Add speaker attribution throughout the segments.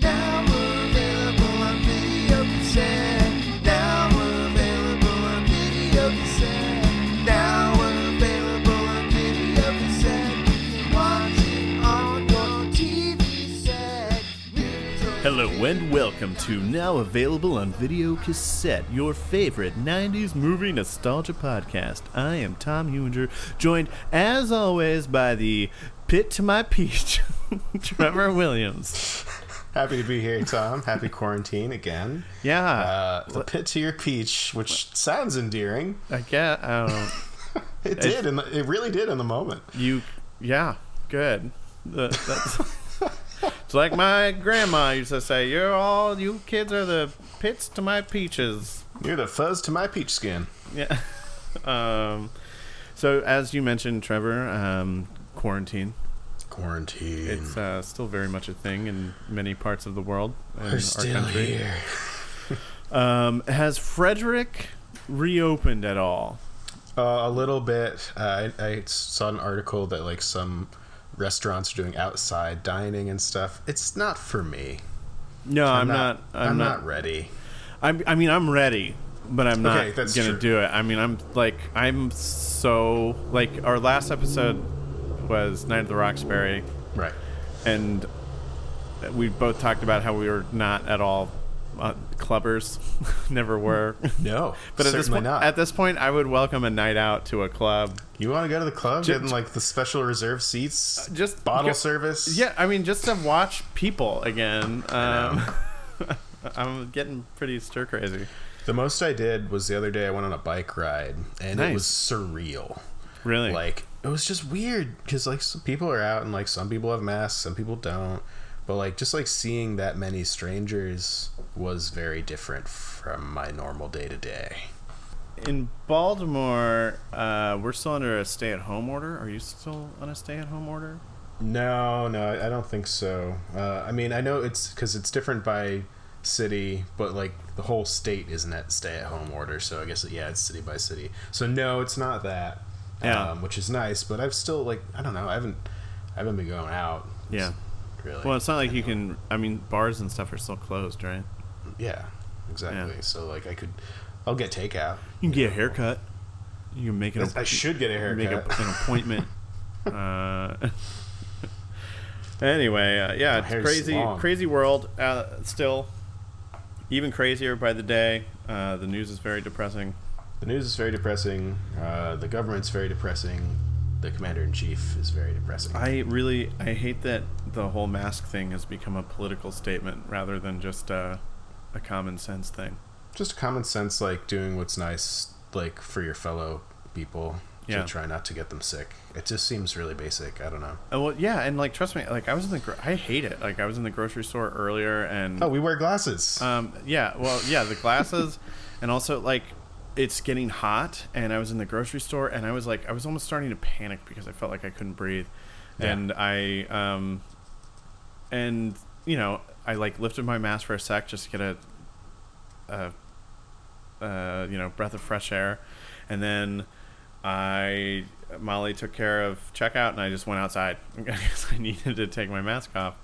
Speaker 1: Now we're available on video cassette. Now we're available on video cassette. Now we're available on video cassette. You can watch it on your TV set.
Speaker 2: Hello and welcome to now available on video cassette, your favorite 90s movie nostalgia podcast. I am Tom Hewinger, joined as always by the pit to my peach, Trevor Williams.
Speaker 3: Happy to be here, Tom. Happy quarantine again.
Speaker 2: Yeah,
Speaker 3: Uh, the pit to your peach, which sounds endearing.
Speaker 2: I um, guess I don't,
Speaker 3: It did, and it really did in the moment.
Speaker 2: you. Yeah, good. The- that's- it's like my grandma used to say, "You're all you kids are the pits to my peaches."
Speaker 3: You're the fuzz to my peach skin.
Speaker 2: Yeah. um, so as you mentioned, Trevor, um, quarantine.
Speaker 3: Quarantine.
Speaker 2: It's uh, still very much a thing in many parts of the world and
Speaker 3: We're still
Speaker 2: our country.
Speaker 3: here.
Speaker 2: Um, has Frederick reopened at all?
Speaker 3: Uh, a little bit. Uh, I, I saw an article that like some restaurants are doing outside dining and stuff. It's not for me.
Speaker 2: No, I'm, not, I'm, not.
Speaker 3: ready.
Speaker 2: I'm, I mean, I'm ready, but I'm not
Speaker 3: Okay, that's
Speaker 2: gonna
Speaker 3: true.
Speaker 2: do it. I mean, I'm like, I'm so like our last episode was Night of the Roxbury,
Speaker 3: Right.
Speaker 2: and we both talked about how we were not at all uh, clubbers, never were.
Speaker 3: No.
Speaker 2: But at
Speaker 3: certainly
Speaker 2: this, point,
Speaker 3: not.
Speaker 2: at this point, I would welcome a night out to a club.
Speaker 3: you want to go to the club,
Speaker 2: Ju- Uh,
Speaker 3: getting like the special reserve seats,
Speaker 2: just
Speaker 3: bottle
Speaker 2: go-
Speaker 3: service.
Speaker 2: Yeah, I mean, just to watch people again. Um, I'm getting pretty stir crazy.
Speaker 3: The most I did was the other day I went on a bike ride and
Speaker 2: Nice.
Speaker 3: it was surreal.
Speaker 2: Really?
Speaker 3: Like it was just weird because like some people are out and like some people have masks, some people don't. But like just like seeing that many strangers was very different from my normal day to day.
Speaker 2: in Baltimore, uh, we're still under a stay-at-home order. Are you still on a stay-at-home order?
Speaker 3: No, no, I I don't think so. Uh, I mean, I know it's because it's different by city, but like the whole state isn't at stay at home order, so I guess yeah, it's city by city. So no, it's not that.
Speaker 2: Yeah.
Speaker 3: um, which is nice, but I've still like I don't know, I haven't, I haven't been going out.
Speaker 2: Yeah.
Speaker 3: really.
Speaker 2: Well, it's not like you can. I mean, bars and stuff are still closed, right?
Speaker 3: yeah, exactly. So like I could, I'll get takeout.
Speaker 2: You can get a haircut. You can make an.
Speaker 3: I should get a
Speaker 2: make a,
Speaker 3: haircut.
Speaker 2: an appointment. uh, anyway, uh, yeah, it's
Speaker 3: hair's
Speaker 2: crazy,
Speaker 3: long.
Speaker 2: crazy world. Uh, still, even crazier by the day. Uh, the news is very depressing.
Speaker 3: the news is very depressing. Uh, the government's very depressing. The commander in chief is very depressing.
Speaker 2: I really, I hate that the whole mask thing has become a political statement rather than just uh, a common sense thing.
Speaker 3: just common sense like doing what's nice like for your fellow people
Speaker 2: Yeah.
Speaker 3: to try not to get them sick it just seems really basic i don't know
Speaker 2: Oh, well, yeah, and like, trust me, like I was in the, gro- I hate it. Like I was in the grocery store earlier, and
Speaker 3: oh we wear glasses
Speaker 2: Um, yeah, well, yeah, the glasses, and also like it's getting hot, and I was in the grocery store, and I was like, I was almost starting to panic because I felt like I couldn't breathe,
Speaker 3: Yeah.
Speaker 2: and I, um, and you know, I like lifted my mask for a sec just to get a, a, uh, you know, breath of fresh air, and then I. Molly took care of checkout, and I just went outside because I needed to take my mask off.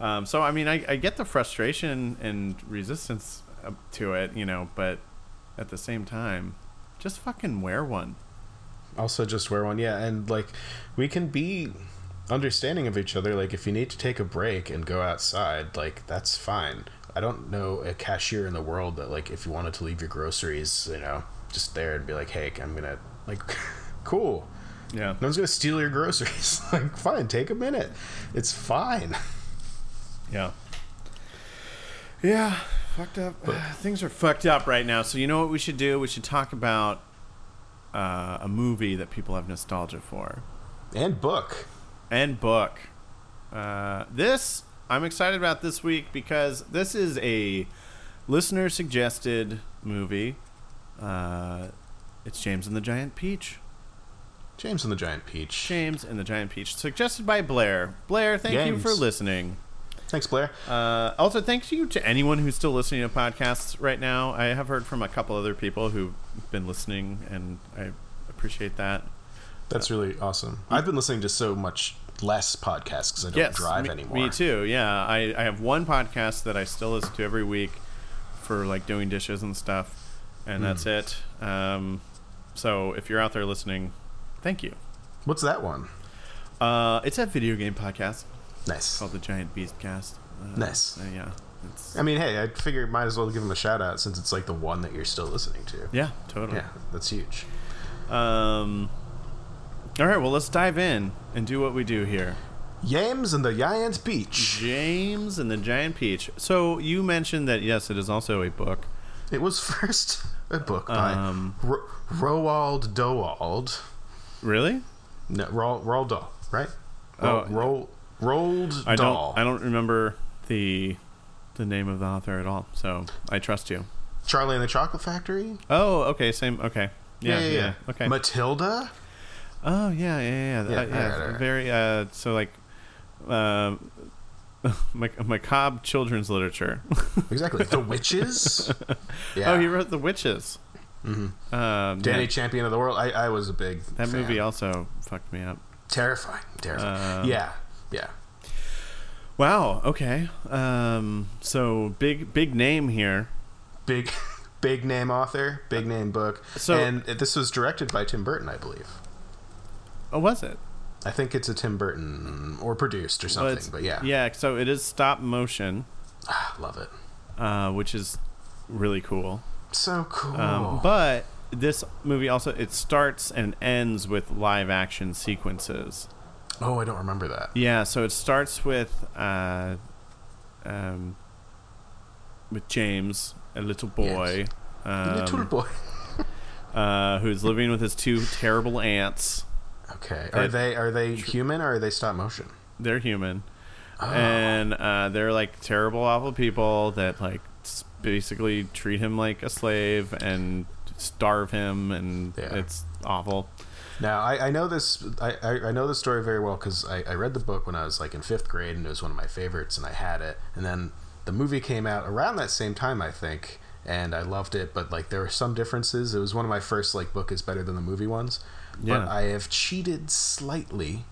Speaker 2: Um, so I mean, I, I get the frustration and resistance uh, to it, you know, but at the same time, just fucking wear one.
Speaker 3: also just wear one yeah and like we can be understanding of each other like if you need to take a break and go outside like that's fine i don't know a cashier in the world that like if you wanted to leave your groceries you know just there and be like hey i'm gonna like cool
Speaker 2: Yeah.
Speaker 3: no one's gonna steal your groceries like fine take a minute it's fine
Speaker 2: Yeah. Yeah. Fucked up. Things are fucked up right now. So you know what we should do? We should talk about uh, a movie that people have nostalgia for
Speaker 3: and book
Speaker 2: and book. Uh, this I'm excited about this week because this is a listener suggested movie. Uh, it's James and the Giant Peach.
Speaker 3: James and the Giant Peach.
Speaker 2: James and the Giant Peach, suggested by Blair. Blair, thank you for
Speaker 3: James.
Speaker 2: listening.
Speaker 3: Thanks, Blair.
Speaker 2: Uh, also, thank you to anyone who's still listening to podcasts right now. I have heard from a couple other people who've been listening, and I appreciate that.
Speaker 3: That's really awesome. I've been listening to so much less podcasts because I don't
Speaker 2: yes,
Speaker 3: drive
Speaker 2: me,
Speaker 3: anymore.
Speaker 2: me too. Yeah, I, I have one podcast that I still listen to every week for like doing dishes and stuff, and
Speaker 3: Hmm.
Speaker 2: that's it. Um, so if you're out there listening, thank you.
Speaker 3: What's that one?
Speaker 2: Uh, it's a video game podcast
Speaker 3: Nice.
Speaker 2: called the Giant Beast Cast. Uh,
Speaker 3: Nice.
Speaker 2: uh, yeah, it's
Speaker 3: I mean, hey, I figure might as well give them a shout out since it's like the one that you're still listening to.
Speaker 2: yeah, totally.
Speaker 3: Yeah, that's huge.
Speaker 2: Um, all right, well, let's dive in and do what we do here.
Speaker 3: Yams and the Giant Peach.
Speaker 2: James and the Giant Peach. So you mentioned that yes, it is also a book.
Speaker 3: It was first a book by
Speaker 2: Um.
Speaker 3: Ro- Roald Doald.
Speaker 2: Really?
Speaker 3: No, Roald, Roald Dahl, right? Ro-
Speaker 2: Oh.
Speaker 3: Ro- Roald
Speaker 2: I
Speaker 3: Dahl.
Speaker 2: don't. I don't remember the the name of the author at all. So I trust you.
Speaker 3: Charlie and the Chocolate Factory.
Speaker 2: Oh, okay. Same. Okay. Yeah. Yeah. Okay.
Speaker 3: Matilda.
Speaker 2: oh, yeah. Yeah. Yeah.
Speaker 3: Yeah,
Speaker 2: Yeah. Uh, yeah
Speaker 3: alright, alright.
Speaker 2: Very. Uh, so like. Uh, mac- macabre children's literature.
Speaker 3: Exactly. The Witches. Yeah.
Speaker 2: Oh, he wrote The Witches. Mm-hmm. Um,
Speaker 3: Danny
Speaker 2: yeah,
Speaker 3: Champion of the World. I, I was a big
Speaker 2: that
Speaker 3: fan.
Speaker 2: movie Um, also fucked me up.
Speaker 3: Terrifying. Terrifying. yeah. Yeah.
Speaker 2: Wow. Okay. Um, so big, big name here.
Speaker 3: Big big name author, big name book.
Speaker 2: So-
Speaker 3: and this was directed by Tim Burton, I believe.
Speaker 2: Oh, was it?
Speaker 3: I think it's a Tim Burton or produced or
Speaker 2: Well,
Speaker 3: something,
Speaker 2: it's-
Speaker 3: but yeah.
Speaker 2: Yeah. So it is stop motion,
Speaker 3: Ah, love it.
Speaker 2: uh, which is really cool.
Speaker 3: So cool.
Speaker 2: Um, But this movie also it starts and ends with live action sequences.
Speaker 3: oh, I don't remember that.
Speaker 2: Yeah, so it starts with uh, um, with James, a little boy, um,
Speaker 3: Little boy.
Speaker 2: uh, who's living with his two terrible aunts.
Speaker 3: Okay. Are
Speaker 2: it-
Speaker 3: they are they human or are they stop motion?
Speaker 2: They're human,
Speaker 3: Oh.
Speaker 2: and uh, they're like terrible, awful people that like s- basically treat him like a slave and starve him, and
Speaker 3: Yeah.
Speaker 2: it's awful.
Speaker 3: Now I, I know this I, I, I know this story very well because I, I read the book when I was like in fifth grade and it was one of my favorites and I had it and then the movie came out around that same time I think and I loved it but like there were some differences it was one of my first like book is better than the movie ones
Speaker 2: Yeah.
Speaker 3: but I have cheated slightly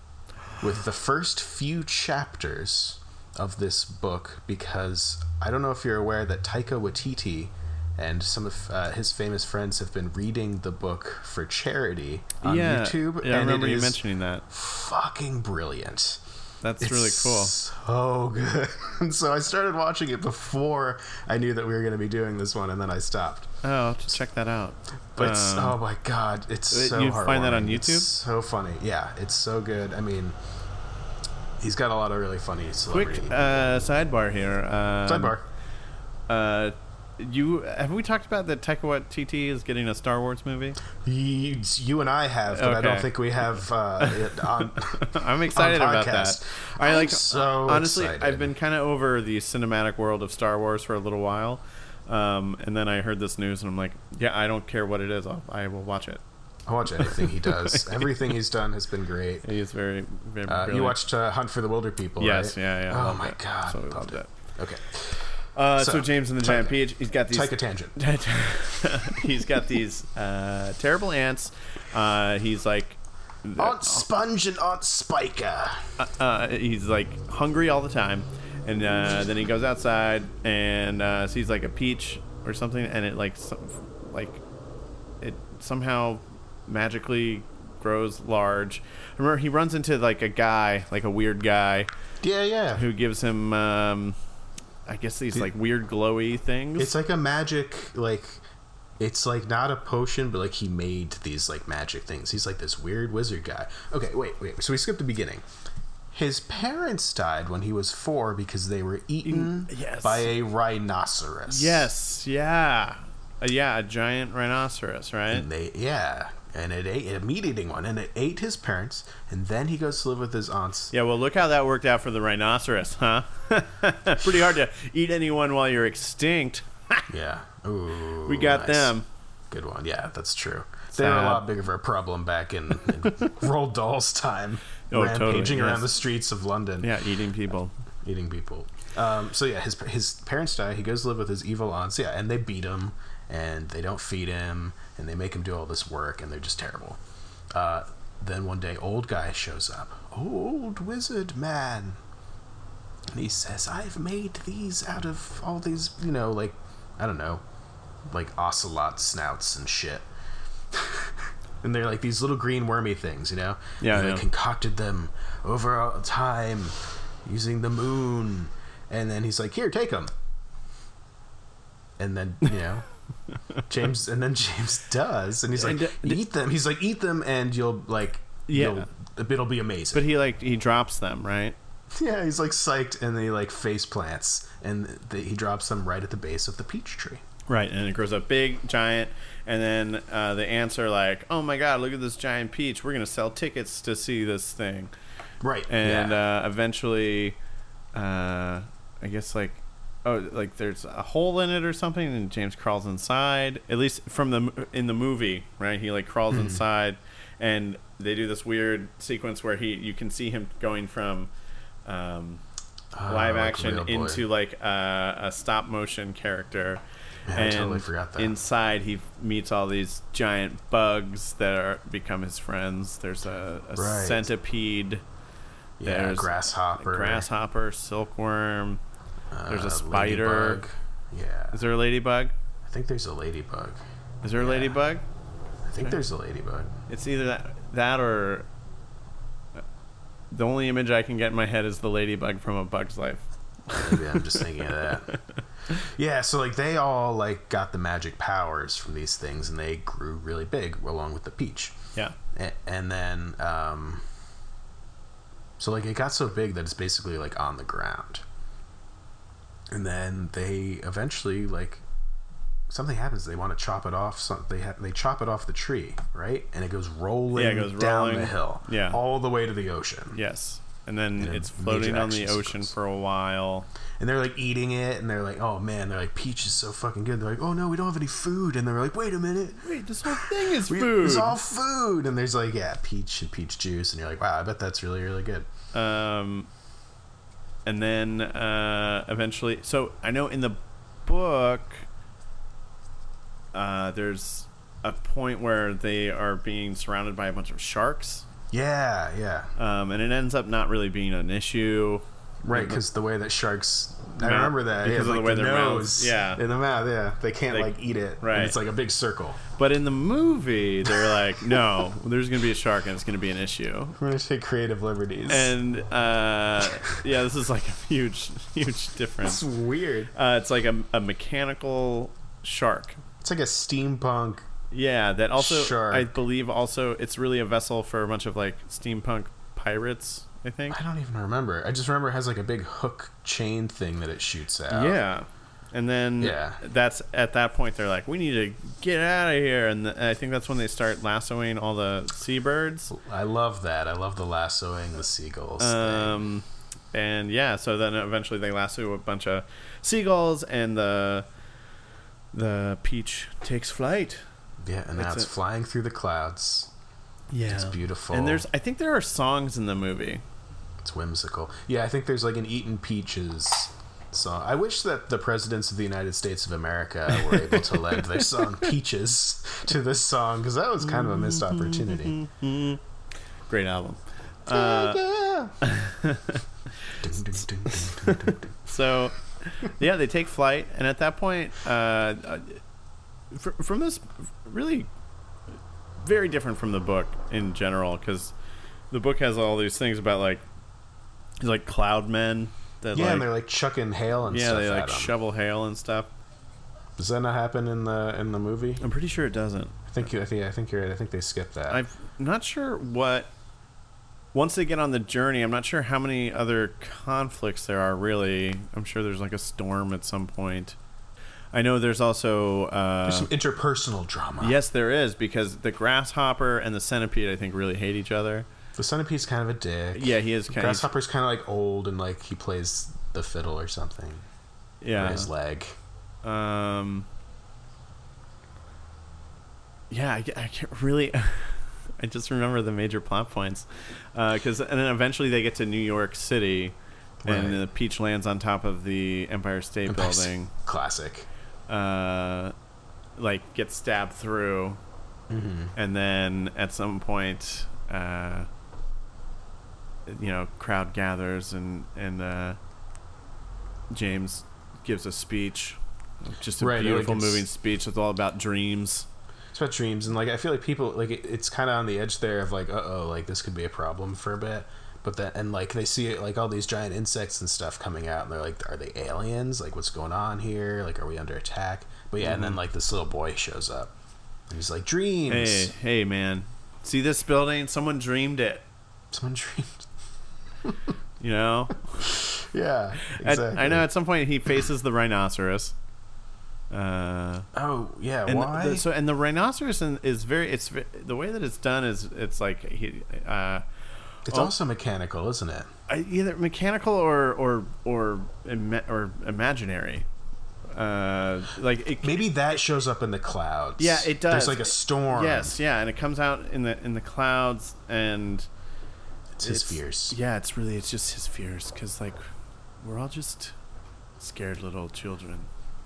Speaker 3: with the first few chapters of this book because I don't know if you're aware that Taika Waititi and some of uh, his famous friends have been reading the book for charity on
Speaker 2: yeah,
Speaker 3: YouTube.
Speaker 2: Yeah, I
Speaker 3: and it
Speaker 2: remember you
Speaker 3: is
Speaker 2: mentioning that.
Speaker 3: Fucking brilliant.
Speaker 2: That's really cool.
Speaker 3: So good. And so I started watching it before I knew that we were going to be doing this one, and then I stopped.
Speaker 2: Oh, I'll have to check that out.
Speaker 3: But it's,
Speaker 2: Um,
Speaker 3: oh my god, it's
Speaker 2: uh,
Speaker 3: so
Speaker 2: you find that on
Speaker 3: heartwarming. It's
Speaker 2: YouTube?
Speaker 3: so funny. Yeah, it's so good. I mean, he's got a lot of really funny
Speaker 2: quick
Speaker 3: celebrity.
Speaker 2: uh, sidebar here. Um,
Speaker 3: Sidebar.
Speaker 2: Uh, you have we talked about that Taika Waititi is getting a Star Wars movie?
Speaker 3: You, you and I have, but I don't
Speaker 2: Okay.
Speaker 3: think we have uh, it on.
Speaker 2: I'm excited about that.
Speaker 3: podcast.
Speaker 2: I
Speaker 3: I'm
Speaker 2: like
Speaker 3: so
Speaker 2: honestly,
Speaker 3: excited.
Speaker 2: I've been kind of over the cinematic world of Star Wars for a little while, um, and then I heard this news and I'm like, yeah, I don't care what it is, I'll, I will watch it.
Speaker 3: I watch anything he does. Everything he's done has been great.
Speaker 2: He is very, very.
Speaker 3: Uh, you
Speaker 2: brilliant.
Speaker 3: watched uh, Hunt for the Wilder People,
Speaker 2: Yes,
Speaker 3: right?
Speaker 2: yeah, yeah. I
Speaker 3: Oh
Speaker 2: loved
Speaker 3: my
Speaker 2: it.
Speaker 3: god,
Speaker 2: Absolutely
Speaker 3: loved
Speaker 2: loved
Speaker 3: it. Okay,
Speaker 2: Uh, so,
Speaker 3: So,
Speaker 2: James and the Giant
Speaker 3: Taika-
Speaker 2: Peach, he's got these
Speaker 3: take a tangent.
Speaker 2: he's got these uh, terrible ants. Uh, he's like,
Speaker 3: Aunt Sponge and Aunt Spiker.
Speaker 2: uh, he's like hungry all the time, and uh, then he goes outside and uh, sees like a peach or something, and it like, some, like, it somehow magically grows large. I remember he runs into like a guy, like a weird guy,
Speaker 3: Yeah, yeah.
Speaker 2: who gives him, um, I guess these like weird glowy things.
Speaker 3: It's like a magic, like it's like not a potion, but like he made these like magic things. He's like this weird wizard guy. Okay, wait, wait. So we skipped the beginning. His parents died when he was four because they were eaten
Speaker 2: Mm, yes.
Speaker 3: by a rhinoceros.
Speaker 2: Yes, yeah. Uh, yeah, a giant rhinoceros, right?
Speaker 3: And they yeah, and it ate a meat eating one, and it ate his parents, and then he goes to live with his aunts.
Speaker 2: Yeah, well, look how that worked out for the rhinoceros, huh? Pretty hard to eat anyone while you're extinct.
Speaker 3: Yeah. Ooh.
Speaker 2: We got
Speaker 3: nice.
Speaker 2: them.
Speaker 3: Good one. Yeah, that's true. They were a
Speaker 2: Sad.
Speaker 3: lot bigger of a problem back in, in Roald Dahl's time,
Speaker 2: Oh, totally,
Speaker 3: rampaging around
Speaker 2: yes.
Speaker 3: the streets of London,
Speaker 2: Yeah, eating people.
Speaker 3: eating people. Um, so yeah, his his parents die. He goes to live with his evil aunts. Yeah, and they beat him, and they don't feed him, and they make him do all this work, and they're just terrible. Uh, then one day, old guy shows up, old wizard man, and he says, "I've made these out of all these, you know, like I don't know, like ocelot snouts and shit." and they're like these little green wormy things, you know.
Speaker 2: Yeah,
Speaker 3: And
Speaker 2: yeah.
Speaker 3: They concocted them over all time using the moon, and then he's like, "Here, take them." And then you know. James and then James does, and he's like,
Speaker 2: And, uh, d-
Speaker 3: "Eat them." He's like, "Eat them, and you'll like,
Speaker 2: Yeah.
Speaker 3: you'll, it'll be amazing."
Speaker 2: But he like he drops them, right?
Speaker 3: Yeah, he's like psyched, and they like face plants, and th he drops them right at the base of the peach tree.
Speaker 2: Right, and it grows up big, giant, and then uh, the ants are like, "Oh my god, look at this giant peach! We're gonna sell tickets to see this thing."
Speaker 3: Right,
Speaker 2: And
Speaker 3: yeah.
Speaker 2: uh, eventually, uh, I guess like, oh, like there's a hole in it or something, and James crawls inside. At least from the m- in the movie, right? He like crawls
Speaker 3: Hmm.
Speaker 2: inside, and they do this weird sequence where he you can see him going from. Um,
Speaker 3: Oh,
Speaker 2: live
Speaker 3: like
Speaker 2: action
Speaker 3: real boy.
Speaker 2: into like a, a stop motion character.
Speaker 3: Yeah, I
Speaker 2: and
Speaker 3: totally forgot that.
Speaker 2: Inside, he meets all these giant bugs that are, become his friends. There's a, a
Speaker 3: Right.
Speaker 2: centipede,
Speaker 3: yeah,
Speaker 2: there's a
Speaker 3: grasshopper,
Speaker 2: grasshopper, silkworm. there's a
Speaker 3: uh,
Speaker 2: spider.
Speaker 3: ladybug. Yeah,
Speaker 2: Is there a ladybug?
Speaker 3: I think there's a ladybug.
Speaker 2: Is there a ladybug?
Speaker 3: I think there's a ladybug.
Speaker 2: It's either that, that or. uh, The only image I can get in my head is the ladybug from A Bug's Life.
Speaker 3: Maybe I'm just thinking of that. Yeah, so like they all like got the magic powers from these things, and they grew really big along with the peach.
Speaker 2: Yeah.
Speaker 3: A- and then um so like it got so big that it's basically like on the ground and then they eventually like something happens they want to chop it off some, they ha- they chop it off the tree right and it goes rolling
Speaker 2: Yeah, it goes
Speaker 3: down
Speaker 2: rolling.
Speaker 3: the hill
Speaker 2: Yeah.
Speaker 3: all the way to the ocean
Speaker 2: Yes. And then
Speaker 3: a
Speaker 2: it's
Speaker 3: major
Speaker 2: floating on the
Speaker 3: action
Speaker 2: ocean
Speaker 3: sequence.
Speaker 2: for a while.
Speaker 3: and they're like eating it and they're like oh man they're like peach is so fucking good they're like oh no we don't have any food and they're like wait a minute
Speaker 2: Wait, this whole thing is
Speaker 3: we,
Speaker 2: food.
Speaker 3: it's all food and there's like yeah peach and peach juice and you're like wow i bet that's really really good
Speaker 2: um, and then uh, eventually, so I know in the book, uh, there's a point where they are being surrounded by a bunch of sharks,
Speaker 3: yeah yeah
Speaker 2: um, and it ends up not really being an issue.
Speaker 3: Right, because the way that sharks, I
Speaker 2: Mouth-
Speaker 3: remember that
Speaker 2: because
Speaker 3: yeah,
Speaker 2: of the
Speaker 3: like
Speaker 2: way their mouths-
Speaker 3: nose,
Speaker 2: yeah.
Speaker 3: in the mouth, yeah, they can't
Speaker 2: They-
Speaker 3: like eat it. and
Speaker 2: right.
Speaker 3: it's like a big circle.
Speaker 2: But in the movie, they're like, no, there's going to be a shark and it's going to be an issue.
Speaker 3: We're gonna take creative liberties.
Speaker 2: And uh, yeah, this is like a huge, huge difference.
Speaker 3: it's weird.
Speaker 2: Uh, it's like a, a mechanical shark.
Speaker 3: It's like a steampunk.
Speaker 2: Yeah, that also
Speaker 3: Shark.
Speaker 2: I believe also it's really a vessel for a bunch of like steampunk pirates. I think.
Speaker 3: I don't even remember. I just remember it has like a big hook chain thing that it shoots out.
Speaker 2: Yeah, and then
Speaker 3: Yeah.
Speaker 2: that's at that point they're like, we need to get out of here, and th I think that's when they start lassoing all the seabirds.
Speaker 3: I love that. I love the lassoing the seagulls.
Speaker 2: Um, and yeah, so then eventually they lasso a bunch of seagulls, and the the peach takes flight.
Speaker 3: thing. Yeah, and now
Speaker 2: it's
Speaker 3: it's
Speaker 2: a-
Speaker 3: flying through the clouds.
Speaker 2: Yeah,
Speaker 3: It's beautiful.
Speaker 2: And there's I think there are songs in the movie.
Speaker 3: It's whimsical. Yeah, I think there's like an Eaten Peaches song. I wish that the presidents of the United States of America were able to lend their song Peaches to this song because that was kind of a missed
Speaker 2: Mm-hmm.
Speaker 3: opportunity.
Speaker 2: Great album.
Speaker 3: Dun, dun, dun, dun, dun, dun.
Speaker 2: So, yeah, they take flight, and at that point, uh, uh, fr- from this really very different from the book in general, because the book has all these things about like these like cloud men that
Speaker 3: yeah,
Speaker 2: like
Speaker 3: and they're like chucking hail and
Speaker 2: yeah
Speaker 3: stuff um,
Speaker 2: they
Speaker 3: at
Speaker 2: like
Speaker 3: 'em.
Speaker 2: shovel hail and stuff.
Speaker 3: Does that not happen in the in the movie?
Speaker 2: I'm pretty sure it doesn't.
Speaker 3: I think you, I think I think you're right. I think they skipped that.
Speaker 2: I'm not sure what. Once they get on the journey, I'm not sure how many other conflicts there are. Really, I'm sure there's like a storm at some point. I know there's also uh,
Speaker 3: There's some interpersonal drama.
Speaker 2: Yes, there is because the grasshopper and the centipede, I think, really hate each other.
Speaker 3: the centipede kind of a dick.
Speaker 2: Yeah, he is kind of.
Speaker 3: Grasshopper's kind of like old and like he plays the fiddle or something. Or
Speaker 2: Yeah.
Speaker 3: his leg.
Speaker 2: Um. yeah, I, ca- I can't really. I just remember the major plot points, because and then eventually they get to New York City, and
Speaker 3: Right.
Speaker 2: the peach lands on top of the Empire State Building.
Speaker 3: Classic.
Speaker 2: uh, like gets stabbed through,
Speaker 3: Mm-hmm.
Speaker 2: and then at some point, uh, you know, crowd gathers and and uh, James gives a speech, just a
Speaker 3: Right, like
Speaker 2: beautiful
Speaker 3: it's-
Speaker 2: moving speech. It's all about dreams.
Speaker 3: It's about dreams, and like I feel like people like it, it's kind of on the edge there of like, uh oh, like this could be a problem for a bit. But then and like they see like all these giant insects and stuff coming out, and they're like, are they aliens? Like what's going on here? Like are we under attack? But yeah,
Speaker 2: Mm-hmm.
Speaker 3: and then like this little boy shows up, and he's like, dreams.
Speaker 2: Hey, hey, man, see this building? Someone dreamed it.
Speaker 3: Someone dreamed.
Speaker 2: You know,
Speaker 3: Yeah,
Speaker 2: At-
Speaker 3: exactly.
Speaker 2: I know. At some point, he faces the rhinoceros. Uh,
Speaker 3: Oh yeah,
Speaker 2: and
Speaker 3: why?
Speaker 2: The, so and the rhinoceros in, is very it's ve- the way that it's done is it's like he uh
Speaker 3: it's also mechanical, isn't it?
Speaker 2: I- either mechanical or or or ima- or imaginary uh like it
Speaker 3: Maybe that shows up in the clouds.
Speaker 2: yeah it does
Speaker 3: There's like a storm.
Speaker 2: yes yeah and it comes out in the in the clouds and
Speaker 3: it's his
Speaker 2: it's-
Speaker 3: fears.
Speaker 2: yeah it's really it's just his fears because like we're all just scared little children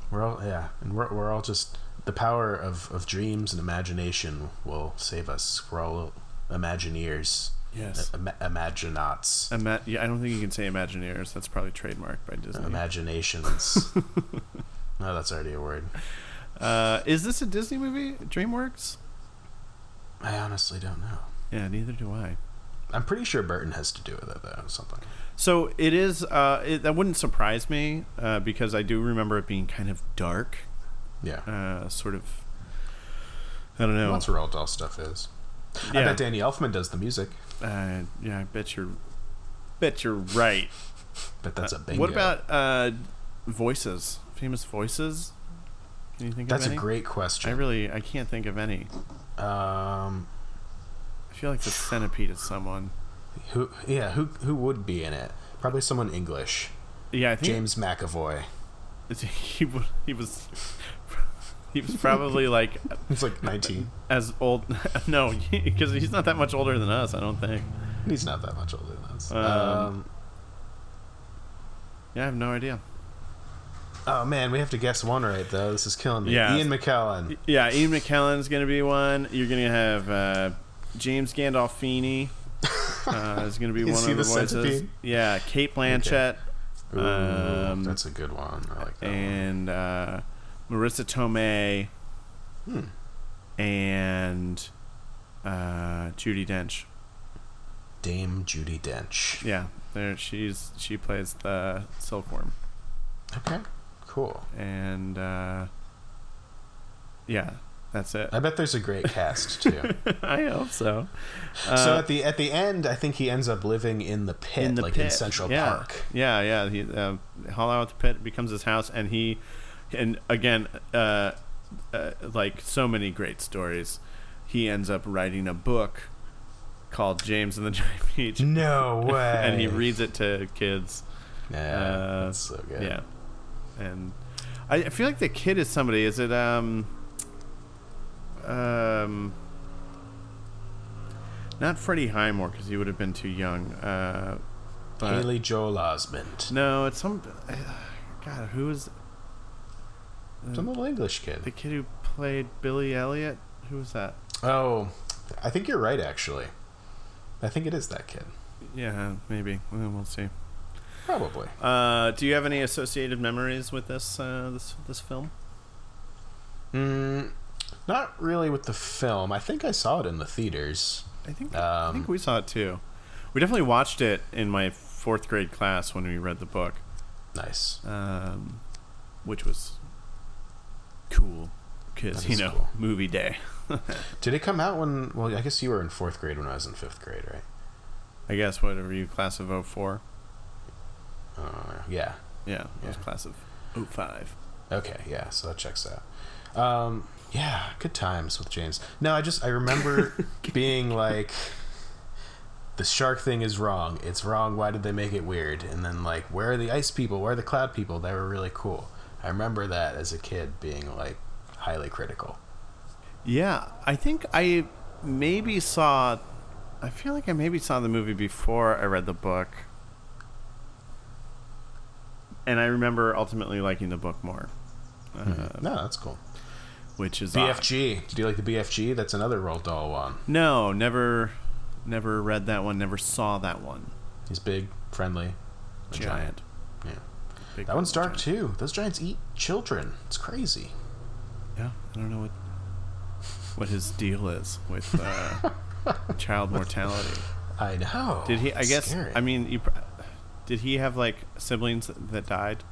Speaker 3: We're all yeah, and we're, we're all just the power of, of dreams and imagination will save us. We're all Imagineers,
Speaker 2: yes
Speaker 3: Ima- Imaginauts,
Speaker 2: Ima- yeah, I don't think you can say Imagineers. That's probably trademarked by Disney.
Speaker 3: imaginations. no, that's already a word.
Speaker 2: Uh, is this a Disney movie? DreamWorks?
Speaker 3: I honestly don't know.
Speaker 2: Yeah, neither do I.
Speaker 3: I'm pretty sure Burton has to do with it though. Something.
Speaker 2: So it is. Uh, it, that wouldn't surprise me uh, because I do remember it being kind of dark,
Speaker 3: Yeah,
Speaker 2: uh, sort of. I don't know.
Speaker 3: that's where all doll stuff is. I
Speaker 2: Yeah.
Speaker 3: bet Danny Elfman does the music.
Speaker 2: Uh, yeah, I bet you're. Bet you're right.
Speaker 3: But that's a bingo.
Speaker 2: What about uh, voices? Famous voices. Can you think
Speaker 3: That's
Speaker 2: of
Speaker 3: a
Speaker 2: any?
Speaker 3: great
Speaker 2: I
Speaker 3: question.
Speaker 2: really, I can't think of any.
Speaker 3: Um,
Speaker 2: I feel like the centipede is someone.
Speaker 3: who? Yeah, who who would be in it? Probably someone English.
Speaker 2: Yeah, I think
Speaker 3: James McAvoy.
Speaker 2: he was. He was. He was probably like
Speaker 3: He's like 19.
Speaker 2: as old. No, because he's not that much older than us. I don't think.
Speaker 3: He's not that much older than us.
Speaker 2: Um,
Speaker 3: Um,
Speaker 2: Yeah, I have no idea.
Speaker 3: oh man, we have to guess one right though. This is killing me.
Speaker 2: Yeah.
Speaker 3: Ian McKellen.
Speaker 2: Yeah, Ian McKellen's going to be one. You're going to have uh, James Gandolfini uh, is going to be
Speaker 3: Is
Speaker 2: one
Speaker 3: he
Speaker 2: of the,
Speaker 3: the
Speaker 2: voices.
Speaker 3: centipede?
Speaker 2: Yeah, Kate Blanchett
Speaker 3: Ooh,
Speaker 2: Um,
Speaker 3: that's a good one. I like that. one.
Speaker 2: and uh, Marissa Tomei Hmm. and uh, Judy Dench.
Speaker 3: Dame Judy Dench.
Speaker 2: Yeah, there she's she plays the silkworm
Speaker 3: Okay, cool.
Speaker 2: and uh, yeah, that's it.
Speaker 3: I bet there's a great cast too.
Speaker 2: I hope so. Uh,
Speaker 3: so at the at the end, I think he ends up living in the pit, like in Central
Speaker 2: yeah.
Speaker 3: Park.
Speaker 2: Yeah, yeah. He uh, haul out the pit becomes his house, and he, and again, uh, uh, like so many great stories, he ends up writing a book called James and the Giant Peach,
Speaker 3: No way.
Speaker 2: and he reads it to kids.
Speaker 3: Yeah,
Speaker 2: Uh,
Speaker 3: that's so good.
Speaker 2: Yeah, and I, I feel like the kid is somebody. Is it um, um, not Freddie Highmore because he would have been too young. Uh, but
Speaker 3: Haley Joel Osment.
Speaker 2: no, it's some. uh, God, who was Uh,
Speaker 3: Some little English
Speaker 2: the
Speaker 3: kid.
Speaker 2: kid who played Billy Elliot? Who was that?
Speaker 3: Oh, I think you're right, actually. I think it is that kid.
Speaker 2: Yeah, maybe. Well, we'll see.
Speaker 3: Probably.
Speaker 2: Uh, do you have any associated memories with this uh, this this film?
Speaker 3: Mm, not really with the film. I think I saw it in the theaters.
Speaker 2: I think I
Speaker 3: Um,
Speaker 2: think we saw it too. We definitely watched it in my fourth grade class when we read the book,
Speaker 3: Nice.
Speaker 2: um, which was cool
Speaker 3: That
Speaker 2: because
Speaker 3: is
Speaker 2: you know
Speaker 3: cool.
Speaker 2: movie day.
Speaker 3: Did it come out when? Well, I guess you were in fourth grade when I was in fifth grade, right?
Speaker 2: I guess whatever you class of 04?
Speaker 3: Uh, yeah.
Speaker 2: Yeah, I was
Speaker 3: Yeah.
Speaker 2: class of 05.
Speaker 3: Okay. Yeah. So that checks out. Um, yeah. Good times with James. No, I just I remember being like, the shark thing is wrong. It's wrong. Why did they make it weird? And then like, where are the ice people? Where are the cloud people? They were really cool. I remember that as a kid being like highly critical.
Speaker 2: Yeah, I think I maybe saw. I feel like I maybe saw the movie before I read the book, and I remember ultimately liking the book more,
Speaker 3: No, that's cool.
Speaker 2: which is odd.
Speaker 3: BFG. Do you like the BFG? That's another Roald Dahl one.
Speaker 2: No, never, never read that one. Never saw that one.
Speaker 3: He's big, friendly, a giant.
Speaker 2: Giant.
Speaker 3: Yeah.
Speaker 2: Big
Speaker 3: That one's dark
Speaker 2: giant.
Speaker 3: too. Those giants eat children. It's crazy.
Speaker 2: Yeah, I don't know what what his deal is with uh, child mortality.
Speaker 3: I know.
Speaker 2: Did he? I
Speaker 3: It's
Speaker 2: guess.
Speaker 3: scary.
Speaker 2: I mean, you. pr- Did he have like siblings that died?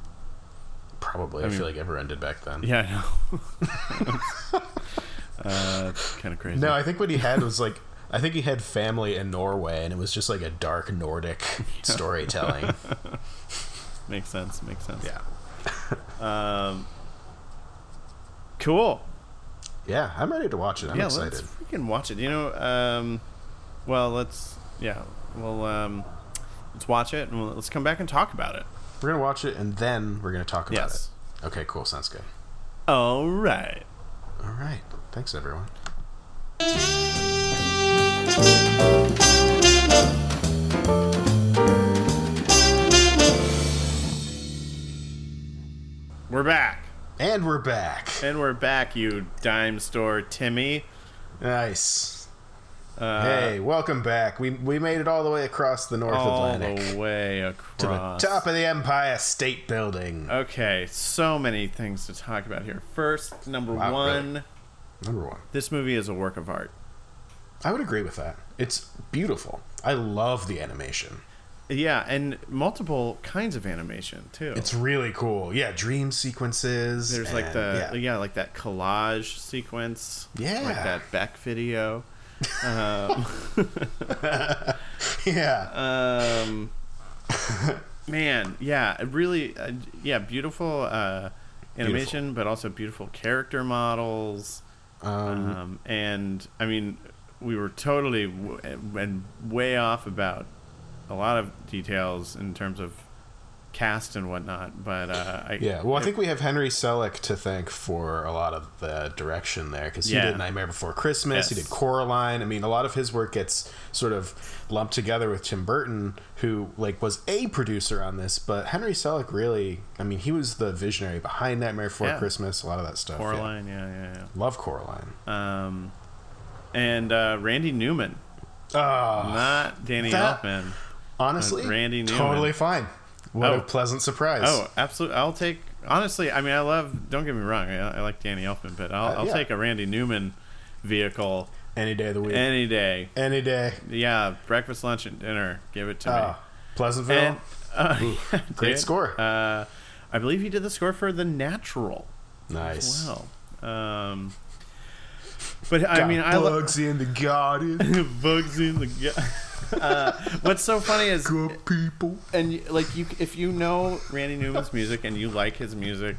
Speaker 3: probably. I,
Speaker 2: mean-
Speaker 3: feel like everyone did back then.
Speaker 2: Yeah, I know. uh, kind of crazy.
Speaker 3: No, I think what he had was like I think he had family in Norway, and it was just like a dark Nordic storytelling.
Speaker 2: makes sense. Makes sense.
Speaker 3: yeah,
Speaker 2: Cool.
Speaker 3: yeah. I'm ready to watch it. I'm
Speaker 2: yeah,
Speaker 3: excited.
Speaker 2: let's freaking watch it. You know, um, well, let's. Yeah, well, um, let's watch it and we'll, let's come back and talk about it.
Speaker 3: We're gonna watch it, and then we're gonna talk about
Speaker 2: Yes.
Speaker 3: it. Okay, cool. Sounds good.
Speaker 2: All right.
Speaker 3: All right. Thanks, everyone.
Speaker 2: We're back.
Speaker 3: And we're back.
Speaker 2: And we're back, you dime store Timmy.
Speaker 3: Nice.
Speaker 2: Uh,
Speaker 3: hey, welcome back. We we made it all the way across the North
Speaker 2: all
Speaker 3: Atlantic
Speaker 2: the way
Speaker 3: to
Speaker 2: across.
Speaker 3: the top of the Empire State Building.
Speaker 2: Okay, so many things to talk about here. First, number
Speaker 3: Wow,
Speaker 2: one,
Speaker 3: really? Number one.
Speaker 2: this movie is a work of art.
Speaker 3: I would agree with that. It's beautiful. I love the animation.
Speaker 2: Yeah, and multiple kinds of animation too.
Speaker 3: It's really cool. Yeah, dream sequences.
Speaker 2: There's like
Speaker 3: and-
Speaker 2: the yeah.
Speaker 3: yeah.
Speaker 2: like that collage sequence. like
Speaker 3: Yeah.
Speaker 2: that back video. uh,
Speaker 3: Yeah.
Speaker 2: Um, man, yeah, it really, uh, yeah, beautiful uh, animation, but also beautiful character models. Um, and I mean, we were totally w- and way off about a lot of details in terms of cast and whatnot, but uh, I,
Speaker 3: yeah. Well, I think we have Henry Selick to thank for a lot of the direction there because he
Speaker 2: Yeah.
Speaker 3: did Nightmare Before Christmas. He
Speaker 2: Yes.
Speaker 3: did Coraline. I mean, a lot of his work gets sort of lumped together with Tim Burton, who like was a producer on this, but Henry Selick really, I mean, he was the visionary behind Nightmare Before
Speaker 2: Yeah.
Speaker 3: Christmas. A lot of that stuff. yeah.
Speaker 2: Coraline, yeah, yeah, yeah.
Speaker 3: Love Coraline.
Speaker 2: Um, and uh, Randy Newman,
Speaker 3: Ah.
Speaker 2: not Danny
Speaker 3: That-
Speaker 2: Elfman.
Speaker 3: Honestly,
Speaker 2: Uh, Randy Newman.
Speaker 3: totally fine. What
Speaker 2: Oh.
Speaker 3: a pleasant surprise.
Speaker 2: Oh, absolutely. I'll take honestly. I mean, I love. Don't get me wrong. I, I like Danny Elfman, but I'll,
Speaker 3: Uh,
Speaker 2: I'll
Speaker 3: yeah.
Speaker 2: take a Randy Newman vehicle
Speaker 3: Any day of the week.
Speaker 2: any day.
Speaker 3: Any day.
Speaker 2: Yeah, breakfast, lunch, and dinner. Give it to
Speaker 3: Oh,
Speaker 2: me.
Speaker 3: Pleasantville.
Speaker 2: And, uh, yeah,
Speaker 3: great
Speaker 2: dude.
Speaker 3: score.
Speaker 2: Uh, I believe he did the score for The Natural.
Speaker 3: nice.
Speaker 2: Wow. Um, but I mean, I love
Speaker 3: in the garden.
Speaker 2: bugs in the. gu- Uh, what's so funny is
Speaker 3: Good people.
Speaker 2: and you- like you if you know randy newman's music and you like his music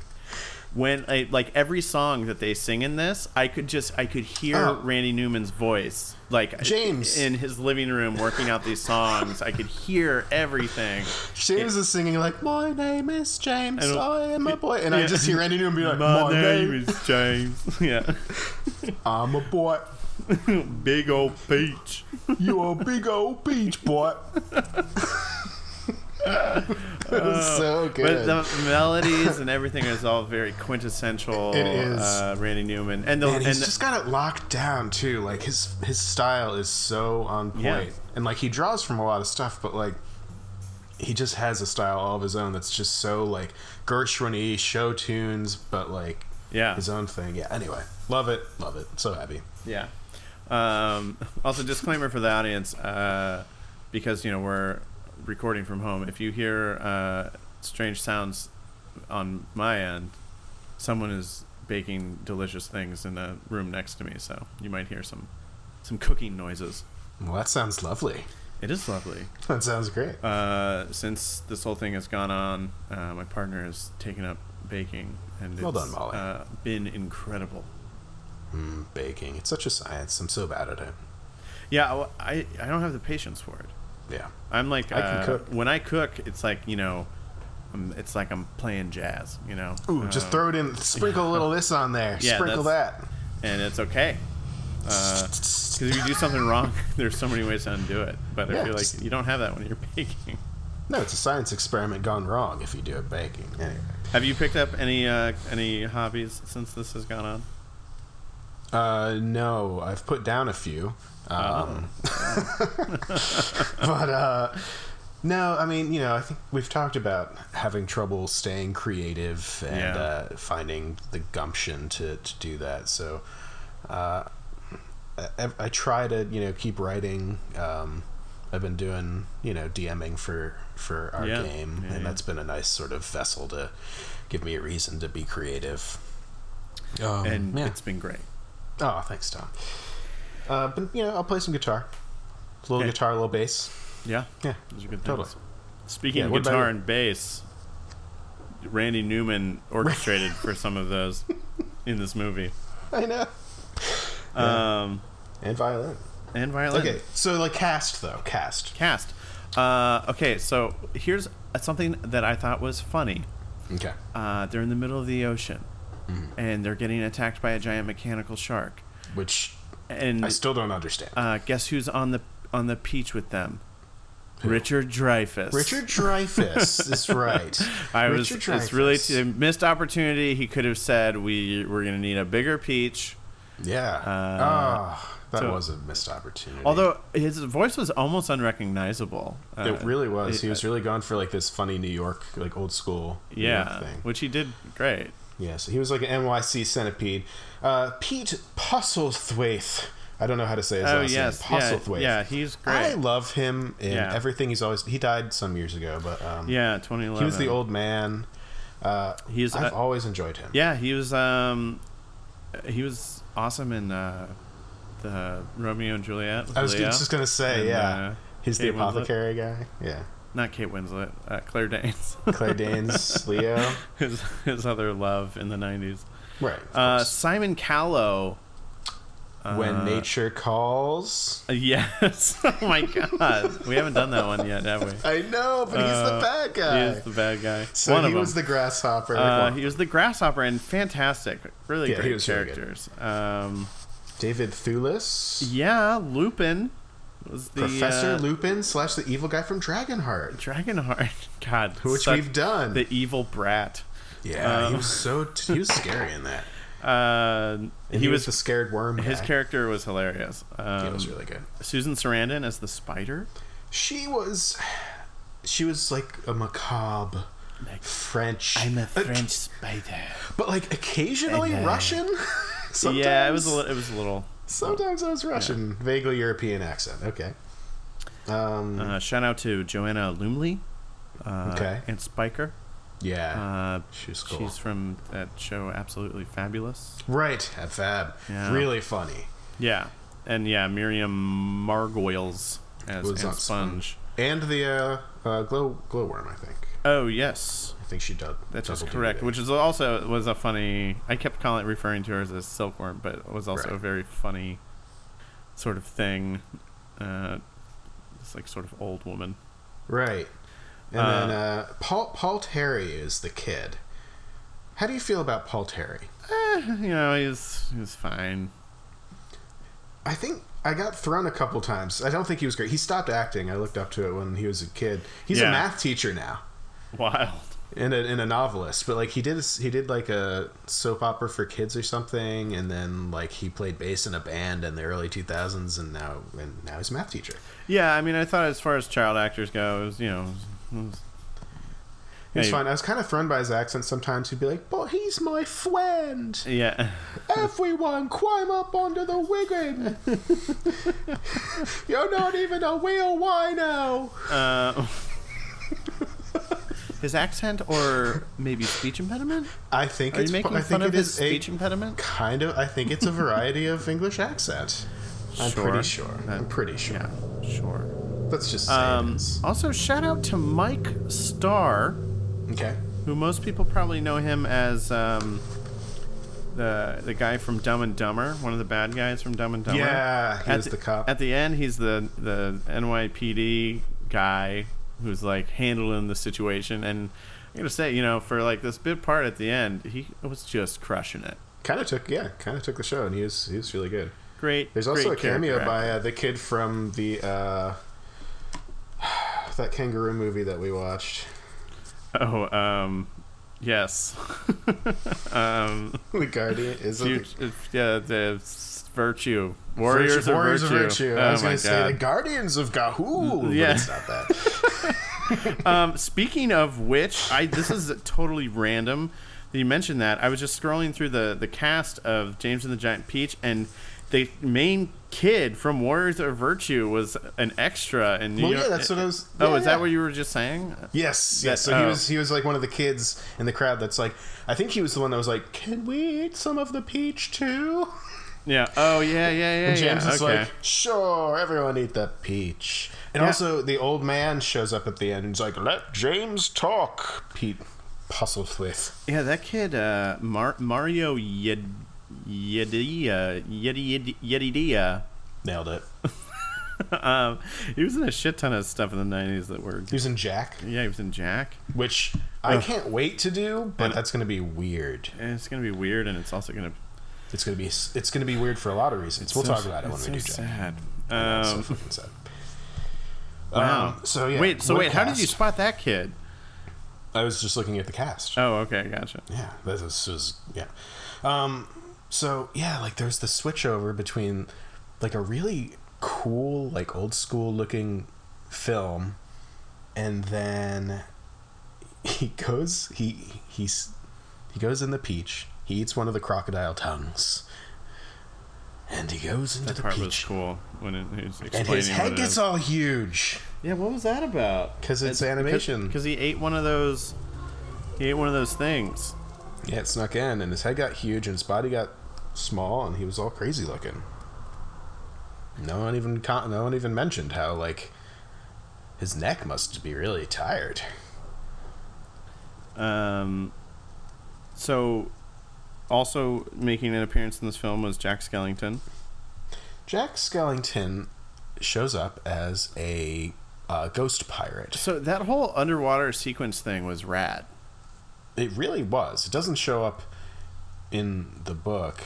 Speaker 2: when I, like every song that they sing in this i could just i could hear
Speaker 3: Oh.
Speaker 2: randy newman's voice like
Speaker 3: James.
Speaker 2: in his living room working out these songs i could hear everything
Speaker 3: James is singing like, "My name is James.
Speaker 2: And-
Speaker 3: I am a boy," and I
Speaker 2: Yeah.
Speaker 3: just hear Randy Newman be like,
Speaker 2: my, name, is james yeah
Speaker 3: I'm a boy.
Speaker 2: big old peach
Speaker 3: You a big old beach boy." It was so
Speaker 2: but
Speaker 3: good.
Speaker 2: the melodies and everything is all very quintessential
Speaker 3: It is.
Speaker 2: Uh, randy newman and the
Speaker 3: and he's
Speaker 2: and
Speaker 3: just got it locked down too. Like his his style is so on point,
Speaker 2: Yeah.
Speaker 3: and like he draws from a lot of stuff, but like he just has a style all of his own that's just so like Gershwin-y show tunes, but like
Speaker 2: Yeah.
Speaker 3: his own thing. Yeah. Anyway, love it, love it. So happy.
Speaker 2: Yeah. Um, also, disclaimer for the audience, uh, because you know we're recording from home. If you hear uh, strange sounds on my end, someone is baking delicious things in the room next to me, so you might hear some some cooking noises.
Speaker 3: Well, that sounds lovely.
Speaker 2: It is lovely.
Speaker 3: That sounds great.
Speaker 2: Uh, since this whole thing has gone on, uh, my partner has taken up baking, and
Speaker 3: Well
Speaker 2: it's
Speaker 3: done, Molly.
Speaker 2: Uh, been incredible.
Speaker 3: Mm, baking. It's such a science. I'm so bad at it.
Speaker 2: Yeah, well, I I don't have the patience for it.
Speaker 3: Yeah.
Speaker 2: I'm like
Speaker 3: I can
Speaker 2: uh,
Speaker 3: cook.
Speaker 2: When I cook, it's like you know, um it's like I'm playing jazz, you know.
Speaker 3: Ooh, just
Speaker 2: Um,
Speaker 3: throw it in. Sprinkle a little of this on there.
Speaker 2: Yeah,
Speaker 3: sprinkle that.
Speaker 2: And it's okay. Because if you do something wrong, there's so many ways to undo it. But I
Speaker 3: Yeah,
Speaker 2: feel like
Speaker 3: just-
Speaker 2: you don't have that when you're baking.
Speaker 3: No, it's a science experiment gone wrong if you do it baking. Anyway.
Speaker 2: Have you picked up any uh, any hobbies since this has gone on?
Speaker 3: Uh, no, I've put down a few. Um,
Speaker 2: Oh.
Speaker 3: but uh, no, I mean, you know, I think we've talked about having trouble staying creative and
Speaker 2: Yeah.
Speaker 3: uh, finding the gumption to, to do that. So uh, I, I try to, you know, keep writing. Um, I've been doing, you know, DMing for for our
Speaker 2: Yeah.
Speaker 3: game,
Speaker 2: Yeah,
Speaker 3: and
Speaker 2: yeah.
Speaker 3: that's been a nice sort of vessel to give me a reason to be creative. Um,
Speaker 2: And
Speaker 3: yeah.
Speaker 2: it's been great.
Speaker 3: Oh, thanks, Tom. Uh, but you know, I'll play some guitar, a little
Speaker 2: Okay.
Speaker 3: guitar, a little bass.
Speaker 2: Yeah,
Speaker 3: Yeah,
Speaker 2: those are good things.
Speaker 3: totally.
Speaker 2: Speaking
Speaker 3: Yeah,
Speaker 2: of
Speaker 3: what about
Speaker 2: guitar
Speaker 3: you?
Speaker 2: and bass, Randy Newman orchestrated for some of those in this movie,
Speaker 3: I know.
Speaker 2: um,
Speaker 3: And violin.
Speaker 2: and violin.
Speaker 3: Okay, so like cast though, cast.
Speaker 2: Cast. Uh, okay, so here's something that I thought was funny.
Speaker 3: Okay.
Speaker 2: Uh, they're in the middle of the ocean,
Speaker 3: Mm-hmm.
Speaker 2: and they're getting attacked by a giant mechanical shark.
Speaker 3: Which
Speaker 2: And
Speaker 3: I still don't understand.
Speaker 2: uh, guess who's on the on the beach with them? Richard Dreyfus.
Speaker 3: Richard Dreyfuss is right.
Speaker 2: I was.
Speaker 3: Richard
Speaker 2: It's really
Speaker 3: Dreyfuss.
Speaker 2: a missed opportunity. He could have said, "We we're gonna need a bigger peach."
Speaker 3: Yeah.
Speaker 2: Uh,
Speaker 3: Ah, that
Speaker 2: so-
Speaker 3: was a missed opportunity.
Speaker 2: Although his voice was almost unrecognizable. Uh,
Speaker 3: it really was.
Speaker 2: it-
Speaker 3: he was really going for like this funny New York, like old school. New
Speaker 2: yeah,
Speaker 3: York thing.
Speaker 2: which he did great.
Speaker 3: Yes, he was like an NYC centipede. Uh, Pete Postlethwaite. I don't know how to say his
Speaker 2: oh
Speaker 3: last
Speaker 2: yes,
Speaker 3: name.
Speaker 2: yeah,
Speaker 3: Postlethwaite.
Speaker 2: yeah, he's great.
Speaker 3: I love him in
Speaker 2: Yeah.
Speaker 3: everything he's always. He died some years ago, but um,
Speaker 2: yeah, 2011.
Speaker 3: he was the old man. Uh,
Speaker 2: He's
Speaker 3: I've
Speaker 2: uh,
Speaker 3: always enjoyed him.
Speaker 2: yeah, he was um, he was awesome in uh, the Romeo and Juliet. with
Speaker 3: I was
Speaker 2: Leo.
Speaker 3: just gonna say,
Speaker 2: And,
Speaker 3: yeah,
Speaker 2: uh,
Speaker 3: he's the
Speaker 2: Kate Winslet.
Speaker 3: apothecary guy. Yeah,
Speaker 2: Not Kate Winslet, uh, Claire Danes.
Speaker 3: Clay Danes, Leo.
Speaker 2: his his other love in the 90s.
Speaker 3: Right. of
Speaker 2: Uh,
Speaker 3: course.
Speaker 2: Simon Callow.
Speaker 3: when
Speaker 2: uh,
Speaker 3: nature calls.
Speaker 2: Yes. Oh my god. we haven't done that one yet, have we?
Speaker 3: I know, but he's the
Speaker 2: Uh,
Speaker 3: bad guy.
Speaker 2: He is the bad guy.
Speaker 3: so
Speaker 2: one
Speaker 3: he
Speaker 2: of them.
Speaker 3: was the grasshopper.
Speaker 2: uh,
Speaker 3: Well,
Speaker 2: he was the grasshopper and fantastic. Really
Speaker 3: Yeah, he
Speaker 2: great
Speaker 3: was really good.
Speaker 2: characters. um,
Speaker 3: David Thewlis.
Speaker 2: yeah, Lupin was the
Speaker 3: Professor
Speaker 2: uh,
Speaker 3: Lupin slash the evil guy from Dragonheart,
Speaker 2: Dragonheart. God,
Speaker 3: which
Speaker 2: such
Speaker 3: we've done.
Speaker 2: the evil brat.
Speaker 3: yeah,
Speaker 2: um,
Speaker 3: he was so t- he was scary in that.
Speaker 2: Uh,
Speaker 3: And he, was, the scared worm.
Speaker 2: his
Speaker 3: guy.
Speaker 2: character was hilarious. Um,
Speaker 3: He was really good.
Speaker 2: Susan Sarandon as the spider.
Speaker 3: She was, she was like a macabre French. uh,
Speaker 2: spider.
Speaker 3: but like occasionally
Speaker 2: I know.
Speaker 3: Russian. sometimes,
Speaker 2: Yeah, it was a little. It was a little.
Speaker 3: Sometimes I was Russian, vaguely European accent. Okay. Um.
Speaker 2: Uh, shout out to Joanna Lumley. Uh,
Speaker 3: Okay.
Speaker 2: And Spiker.
Speaker 3: yeah.
Speaker 2: Uh,
Speaker 3: she's cool.
Speaker 2: She's from that show, Absolutely Fabulous.
Speaker 3: right at Fab.
Speaker 2: Yeah.
Speaker 3: Really funny.
Speaker 2: Yeah, and yeah, Miriam Margoyles as
Speaker 3: Was
Speaker 2: Aunt
Speaker 3: on
Speaker 2: Sponge.
Speaker 3: And the uh, uh, glow glowworm, I think.
Speaker 2: Oh yes,
Speaker 3: I think she did.
Speaker 2: that is correct. Which is also was a funny. I kept calling referring to her as a silkworm, but it was also
Speaker 3: Right.
Speaker 2: a very funny sort of thing. Uh, it's like sort of old woman.
Speaker 3: right. And
Speaker 2: Uh,
Speaker 3: then uh, Paul Paul Terry is the kid. How do you feel about Paul Terry?
Speaker 2: Eh, you know, he's he's fine.
Speaker 3: I think I got thrown a couple times. I don't think he was great. He stopped acting. I looked up to it when he was a kid. He's
Speaker 2: Yeah.
Speaker 3: a math teacher now
Speaker 2: Wild.
Speaker 3: and a, and a novelist. But like he did he did like a soap opera for kids or something, and then like he played bass in a band in the early two thousands, and now and now he's a math teacher.
Speaker 2: Yeah, I mean, I thought as far as child actors go, it was you know, it was,
Speaker 3: It was
Speaker 2: Hey.
Speaker 3: fun. I was kind of thrown by his accent sometimes. He'd be like, "But he's my friend."
Speaker 2: yeah,
Speaker 3: Everyone, climb up onto the wiggin. You're not even a real wino.
Speaker 2: uh, his accent or maybe speech impediment.
Speaker 3: I think
Speaker 2: Are
Speaker 3: it's.
Speaker 2: you making
Speaker 3: I
Speaker 2: fun
Speaker 3: think
Speaker 2: of
Speaker 3: it
Speaker 2: his
Speaker 3: is a
Speaker 2: speech impediment?
Speaker 3: kind of. I think it's a variety of English accent. I'm
Speaker 2: Sure. Uh,
Speaker 3: pretty sure. I'm pretty sure.
Speaker 2: Yeah, sure.
Speaker 3: Let's just say it
Speaker 2: Um,
Speaker 3: is.
Speaker 2: also, shout out to Mike Starr,
Speaker 3: Okay.
Speaker 2: who most people probably know him as um, the the guy from Dumb and Dumber, one of the bad guys from Dumb and Dumber.
Speaker 3: Yeah, he
Speaker 2: at
Speaker 3: was the cop.
Speaker 2: At the end, he's the the NYPD guy who's like handling the situation. And I gotta say, you know, for like this bit part at the end, he was just crushing it.
Speaker 3: Kind of took. Yeah, kind of took the show, and he was he was really good.
Speaker 2: Great.
Speaker 3: There's also
Speaker 2: great
Speaker 3: a cameo
Speaker 2: character
Speaker 3: by uh, the kid from the uh, that kangaroo movie that we watched.
Speaker 2: actor. Oh, um, yes. um,
Speaker 3: the Guardian is it
Speaker 2: huge, it's- yeah, the s- virtue. Warriors,
Speaker 3: Virtue-
Speaker 2: of
Speaker 3: Warriors
Speaker 2: virtue.
Speaker 3: I
Speaker 2: Oh
Speaker 3: was
Speaker 2: my
Speaker 3: going to say
Speaker 2: God.
Speaker 3: the Guardians of Gahoo.
Speaker 2: Yeah.
Speaker 3: Yeah. It's not that.
Speaker 2: Um, speaking of which, I this is totally random that you mentioned that. I was just scrolling through the the cast of James and the Giant Peach, and the main kid from Warriors of Virtue was an extra in New
Speaker 3: Well,
Speaker 2: York.
Speaker 3: yeah, that's what I was-
Speaker 2: Oh,
Speaker 3: yeah,
Speaker 2: is
Speaker 3: yeah.
Speaker 2: that what you were just saying?
Speaker 3: Yes, yes. So
Speaker 2: oh.
Speaker 3: he was he was like one of the kids in the crowd that's like I think he was the one that was like, "Can we eat some of the peach too?"
Speaker 2: Yeah. Oh, yeah, yeah, yeah.
Speaker 3: And James
Speaker 2: yeah.
Speaker 3: is
Speaker 2: okay.
Speaker 3: like, "Sure, everyone eat the peach." And
Speaker 2: Yeah.
Speaker 3: also the old man shows up at the end and he's like, "Let James talk." Pete Pustlethwaite.
Speaker 2: yeah, that kid, uh, Mar- Mario Yed. Yedidia, Yedi, Yedidia.
Speaker 3: Nailed it.
Speaker 2: Um, he was in a shit ton of stuff in the '90s that were.
Speaker 3: He was in Jack,
Speaker 2: Yeah, he was in Jack.
Speaker 3: which I can't wait to do, but that's going to be weird.
Speaker 2: And it's gonna be weird, and it's also gonna
Speaker 3: It's going to be it's going to be weird for a lot of reasons. We'll
Speaker 2: So-
Speaker 3: talk about it when
Speaker 2: it's
Speaker 3: we do
Speaker 2: so
Speaker 3: Jack. Oh,
Speaker 2: sad.
Speaker 3: That's so
Speaker 2: Um,
Speaker 3: fucking sad.
Speaker 2: wow.
Speaker 3: Um, so yeah.
Speaker 2: Uh, Wait. So
Speaker 3: what a
Speaker 2: wait. How did you
Speaker 3: cast.
Speaker 2: spot that kid?
Speaker 3: I was just looking at the cast.
Speaker 2: Oh, okay. Gotcha.
Speaker 3: yeah, this is, this is- yeah. Um, so yeah, like there's the switchover between like a really cool, like old school looking film, and then he goes he he's he goes in the peach. He eats one of the crocodile tongues, and he goes into
Speaker 2: That
Speaker 3: the
Speaker 2: part was
Speaker 3: peach,
Speaker 2: cool when it, he was explaining.
Speaker 3: and his
Speaker 2: what
Speaker 3: head
Speaker 2: it
Speaker 3: gets
Speaker 2: is.
Speaker 3: all huge.
Speaker 2: Yeah. What was that about?
Speaker 3: 'Cause it's animation.
Speaker 2: Because he ate one of those. He ate one of those things.
Speaker 3: Yeah, it snuck in, and his head got huge, and his body got small, and he was all crazy looking. No one even con- no one even mentioned how like his neck must be really tired.
Speaker 2: Um. So, also making an appearance in this film was Jack Skellington.
Speaker 3: Jack Skellington shows up as a uh, ghost pirate.
Speaker 2: So that whole underwater sequence thing was rad.
Speaker 3: It really was. It doesn't show up in the book.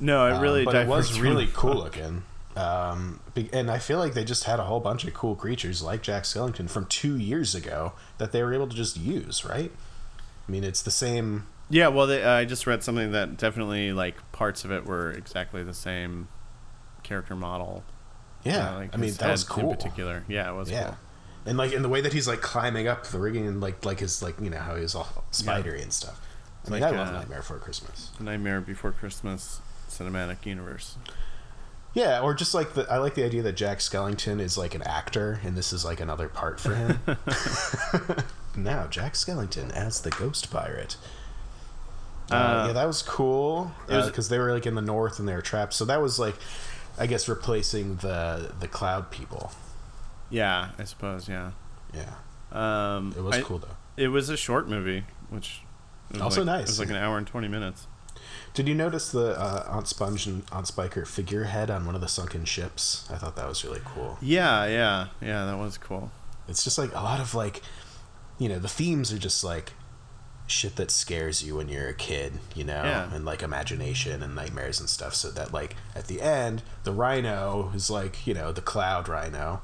Speaker 2: No, it
Speaker 3: um,
Speaker 2: really.
Speaker 3: but it was
Speaker 2: diverged
Speaker 3: really
Speaker 2: from-
Speaker 3: cool looking. Um, be- and I feel like they just had a whole bunch of cool creatures like Jack Skellington from two years ago that they were able to just use, right? I mean, it's the same.
Speaker 2: Yeah, well, they, uh, I just read something that definitely like parts of it were exactly the same character model.
Speaker 3: Yeah,
Speaker 2: Uh, like
Speaker 3: I mean
Speaker 2: his
Speaker 3: that was
Speaker 2: head
Speaker 3: cool.
Speaker 2: in particular. Yeah, it was
Speaker 3: Yeah,
Speaker 2: cool.
Speaker 3: and like in the way that he's like climbing up the rigging and like like his like you know how he was all spidery and stuff. I mean,
Speaker 2: Like,
Speaker 3: I love
Speaker 2: uh,
Speaker 3: Nightmare Before Christmas.
Speaker 2: Nightmare Before Christmas cinematic universe.
Speaker 3: Yeah, or just like the I like the idea that Jack Skellington is like an actor and this is like another part for him. now Jack Skellington as the ghost pirate. Uh, yeah, that was cool
Speaker 2: was-
Speaker 3: because they were like in the north and they were trapped. So that was like, I guess, replacing the the cloud people.
Speaker 2: Yeah, I suppose. Yeah,
Speaker 3: Yeah,
Speaker 2: um,
Speaker 3: it was
Speaker 2: I-
Speaker 3: cool though.
Speaker 2: It was a short movie, which was
Speaker 3: Also
Speaker 2: like-
Speaker 3: nice,
Speaker 2: It was like
Speaker 3: yeah.
Speaker 2: an hour and twenty minutes.
Speaker 3: Did you notice the uh, Aunt Sponge and Aunt Spiker figurehead on one of the sunken ships? I thought that was really cool.
Speaker 2: Yeah, yeah, yeah. That was cool.
Speaker 3: It's just like a lot of like, you know, the themes are just like shit that scares you when you're a kid, you know,
Speaker 2: Yeah.
Speaker 3: and like imagination and nightmares and stuff. So that like at the end, the rhino is like you know the cloud rhino,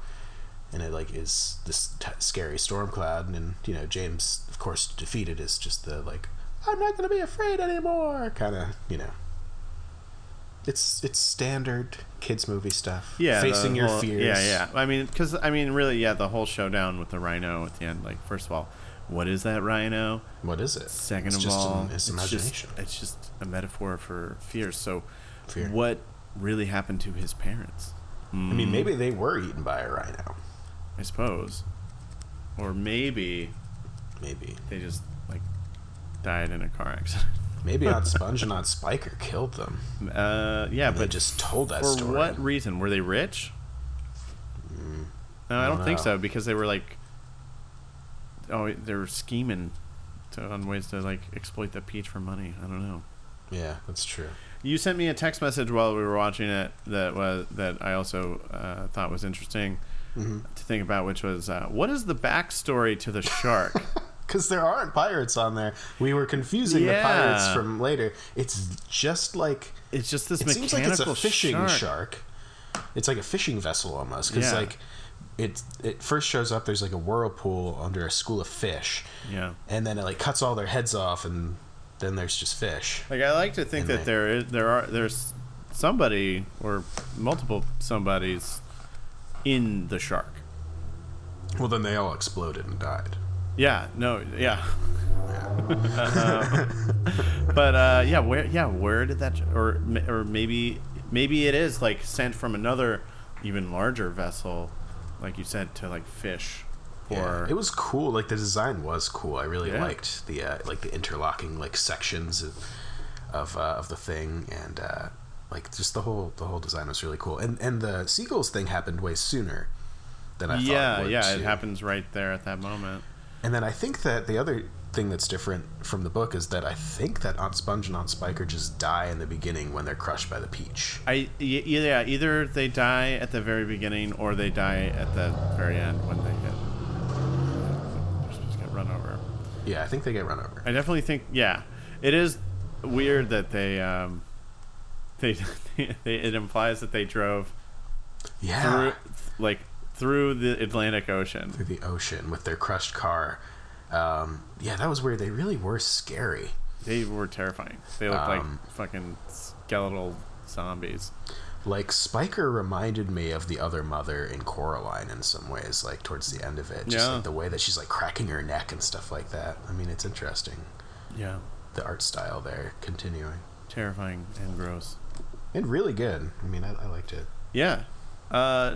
Speaker 3: and it like is this t- scary storm cloud, and, then, you know James of course defeated is just the like I'm not gonna be afraid anymore kind of you know. It's it's standard kids movie stuff.
Speaker 2: Yeah, the
Speaker 3: facing your
Speaker 2: whole-
Speaker 3: fears.
Speaker 2: Yeah, yeah. I mean, because I mean, really, yeah. The whole showdown with the rhino at the end. Like, first of all, what is that rhino?
Speaker 3: What is it?
Speaker 2: Second
Speaker 3: It's
Speaker 2: of
Speaker 3: just
Speaker 2: all,
Speaker 3: an- it's imagination.
Speaker 2: Just, it's just a metaphor for fear. So,
Speaker 3: Fear.
Speaker 2: what really happened to his parents?
Speaker 3: I mean, maybe they were eaten by a rhino.
Speaker 2: I suppose, or maybe
Speaker 3: Maybe.
Speaker 2: they just like died in a car accident.
Speaker 3: Maybe Aunt Sponge and Aunt Spiker killed them.
Speaker 2: Uh, yeah,
Speaker 3: But
Speaker 2: but
Speaker 3: just told that
Speaker 2: for
Speaker 3: story. Mm.
Speaker 2: what reason? Were they rich? No, I don't think
Speaker 3: know.
Speaker 2: so because they were like, oh, they were scheming to, on ways to like exploit the peach for money. I don't know.
Speaker 3: Yeah, that's true.
Speaker 2: You sent me a text message while we were watching it that was that I also uh, thought
Speaker 3: Mm-hmm.
Speaker 2: was interesting to think about, which was uh, what is the backstory to the shark?
Speaker 3: because there aren't pirates on there. We were confusing the pirates
Speaker 2: Yeah.
Speaker 3: from later. It's just like
Speaker 2: It's just this
Speaker 3: it
Speaker 2: mechanical
Speaker 3: seems like it's a fishing
Speaker 2: shark.
Speaker 3: shark. It's like a fishing vessel almost because
Speaker 2: Yeah.
Speaker 3: like it it first shows up. There's like a whirlpool under a school of fish,
Speaker 2: Yeah.
Speaker 3: and then it like cuts all their heads off, and then there's just fish.
Speaker 2: Like I like to think
Speaker 3: And
Speaker 2: that
Speaker 3: they-
Speaker 2: there is there are there's somebody or multiple somebodies in the shark.
Speaker 3: Well, then they all exploded and died.
Speaker 2: Yeah. No. Yeah. Uh, but uh, yeah, where yeah where did that or m- or maybe maybe it is like sent from another even larger vessel, like you said to like fish, or
Speaker 3: Yeah, it was cool. Like the design was cool. I really
Speaker 2: Yeah.
Speaker 3: liked the uh, like the interlocking like sections of of, uh, of the thing, and uh, like just the whole the whole design was really cool. And and the seagulls thing happened way sooner than I thought.
Speaker 2: yeah
Speaker 3: it would,
Speaker 2: yeah it
Speaker 3: too.
Speaker 2: happens right there at that moment.
Speaker 3: And then I think that the other thing that's different from the book is that I think that Aunt Sponge and Aunt Spiker just die in the beginning when they're crushed by the peach.
Speaker 2: I e- either yeah, either they die at the very beginning or they die at the very end when they get they're supposed to get run over.
Speaker 3: Yeah, I think they get run over.
Speaker 2: I definitely think yeah, it is weird that they um they, they it implies that they drove
Speaker 3: Yeah,
Speaker 2: through like through the Atlantic Ocean.
Speaker 3: through the ocean with their crushed car. Um, yeah, that was weird. They really were scary.
Speaker 2: They were terrifying. They looked
Speaker 3: Um,
Speaker 2: like fucking skeletal zombies.
Speaker 3: Like Spiker reminded me of the other mother in Coraline in some ways, like towards the end of it. Just
Speaker 2: Yeah.
Speaker 3: like the way that she's like cracking her neck and stuff like that. I mean, it's interesting.
Speaker 2: Yeah,
Speaker 3: The art style there continuing.
Speaker 2: terrifying and gross.
Speaker 3: And really good. I mean, I, I liked it.
Speaker 2: Yeah, uh,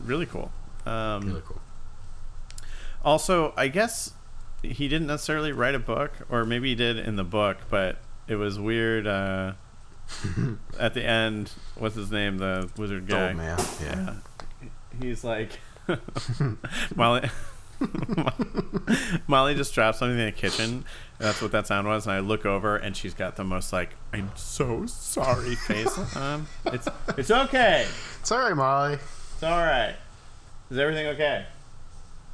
Speaker 2: really cool. Um,
Speaker 3: Really cool.
Speaker 2: Also, I guess he didn't necessarily write a book, or maybe he did in the book, but it was weird. Uh, at the end, what's his name? The wizard
Speaker 3: The
Speaker 2: guy.
Speaker 3: Old man. Yeah.
Speaker 2: Yeah. He's like, Molly. Molly just dropped something in the kitchen. That's what that sound was. And I look over, and she's got the most like, "I'm so sorry" face on. It's it's okay.
Speaker 3: Sorry, Molly.
Speaker 2: It's all right. Is everything okay?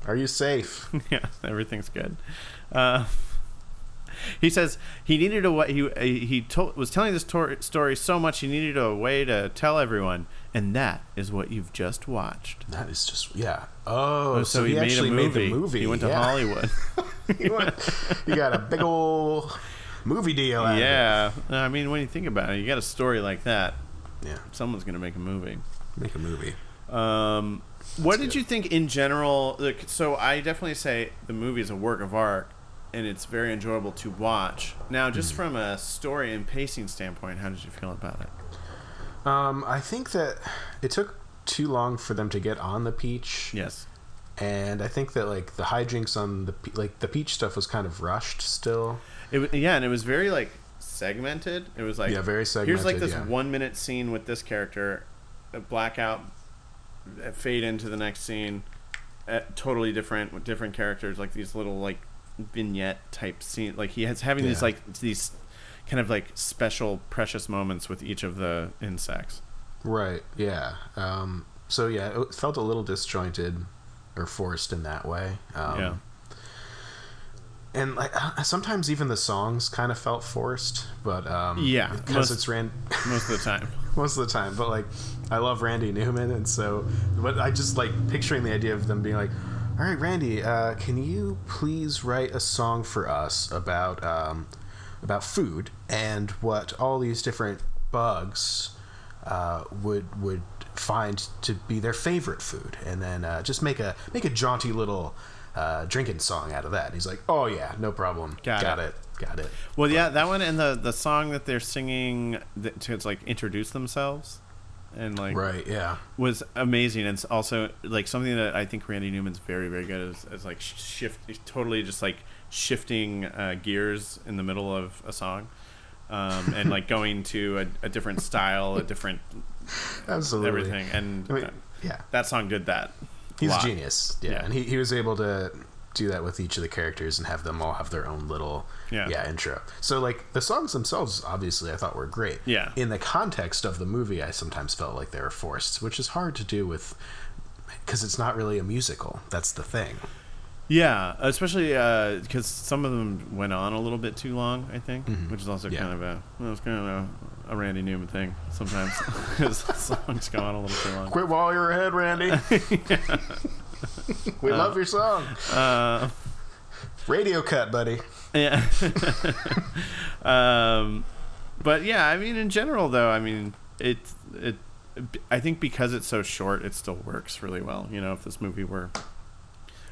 Speaker 3: Are you safe?
Speaker 2: yeah, everything's good. Uh, he says he needed a way. He uh, he told was telling this tor- story so much he needed a way to tell everyone, and that is what you've just watched.
Speaker 3: That is just yeah. Oh,
Speaker 2: Oh,
Speaker 3: so, he, actually made the movie.
Speaker 2: He went to
Speaker 3: yeah.
Speaker 2: Hollywood.
Speaker 3: he, went, he got a big old movie deal. Out Of
Speaker 2: yeah, I mean, when you think about it, you got a story like that.
Speaker 3: it. Yeah.
Speaker 2: Someone's gonna make a movie.
Speaker 3: Make a movie.
Speaker 2: Um, what did
Speaker 3: good.
Speaker 2: you think in general? Like, so I definitely say the movie is a work of art, and it's very enjoyable to watch. Now,
Speaker 3: Mm.
Speaker 2: just from a story and pacing standpoint, how did you feel about it?
Speaker 3: Um, I think that it took too long for them to get on the peach.
Speaker 2: Yes.
Speaker 3: And I think that like the hijinks on the pe- like the peach stuff was kind of rushed still.
Speaker 2: It wa- yeah, and it was very like segmented. It was like
Speaker 3: Yeah, very
Speaker 2: Here's like
Speaker 3: segmented,
Speaker 2: this
Speaker 3: yeah.
Speaker 2: one minute scene with this character, a blackout, uh, fade into the next scene, uh, totally different with different characters. Like these little like vignette type scene. Like he has having these
Speaker 3: Yeah.
Speaker 2: like these kind of like special precious moments with each of the insects.
Speaker 3: Right. Yeah. Um, so yeah, it felt a little disjointed or forced in that way. Um,
Speaker 2: yeah.
Speaker 3: and like I- sometimes even the songs kind of felt forced but um
Speaker 2: Yeah, most-
Speaker 3: because it's ran
Speaker 2: Most of the time.
Speaker 3: most of the time but like i love randy newman and so but i just like picturing the idea of them being like all right randy uh, can you please write a song for us about um about food and what all these different bugs uh, would would find to be their favorite food, and then uh, just make a make a jaunty little uh, drinking song out of that. And he's like, "Oh yeah, no problem.
Speaker 2: Got it.
Speaker 3: it. Got it.
Speaker 2: Well, yeah, that one and the the song that they're singing that, to like introduce themselves, and like
Speaker 3: Right? Yeah.
Speaker 2: was amazing. And it's also like something that I think Randy Newman's very, very good is, is like sh- shift, totally just like shifting uh, gears in the middle of a song, um, and like going to a, a different style, a different
Speaker 3: Absolutely.
Speaker 2: everything. And
Speaker 3: I mean,
Speaker 2: uh,
Speaker 3: yeah,
Speaker 2: that song did that. a
Speaker 3: he's a
Speaker 2: lot.
Speaker 3: genius. Yeah,
Speaker 2: Yeah.
Speaker 3: and he, he was able to do that with each of the characters and have them all have their own little
Speaker 2: Yeah.
Speaker 3: intro. So like the songs themselves, obviously, I thought were great.
Speaker 2: Yeah.
Speaker 3: In the context of the movie, I sometimes felt like they were forced, which is hard to do with because it's not really a musical. That's the thing.
Speaker 2: Yeah, especially because some of them went on a little bit too long. I think, which is also
Speaker 3: Mm-hmm. Yeah.
Speaker 2: kind of a well, it's kind of a, a Randy Newman thing sometimes. 'Cause songs go on a little too long.
Speaker 3: Quit while you're ahead, Randy. we love your song.
Speaker 2: Uh,
Speaker 3: Radio cut, buddy.
Speaker 2: yeah. um, but yeah, I mean, in general, though, I mean, it it I think because it's so short, it still works really well. You know, if this movie were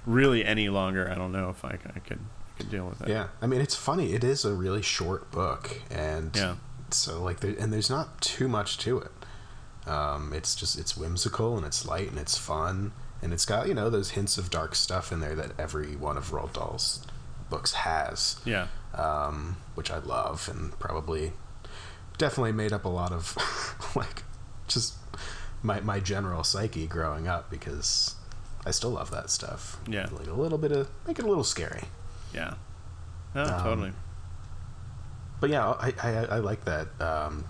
Speaker 2: really any longer, I don't know if I, c- I could I could deal with it.
Speaker 3: Yeah, I mean it's funny. It is a really short book, and
Speaker 2: Yeah.
Speaker 3: so like, there, and there's not too much to it. Um, it's just it's whimsical and it's light and it's fun and it's got you know those hints of dark stuff in there that every one of Roald Dahl's books has,
Speaker 2: Yeah.
Speaker 3: um, which I love and probably definitely made up a lot of like just my my general psyche growing up because I still love that stuff.
Speaker 2: Yeah.
Speaker 3: like a little bit of make it a little scary.
Speaker 2: Yeah. No,
Speaker 3: Um,
Speaker 2: totally.
Speaker 3: but yeah, I, I, I like that um,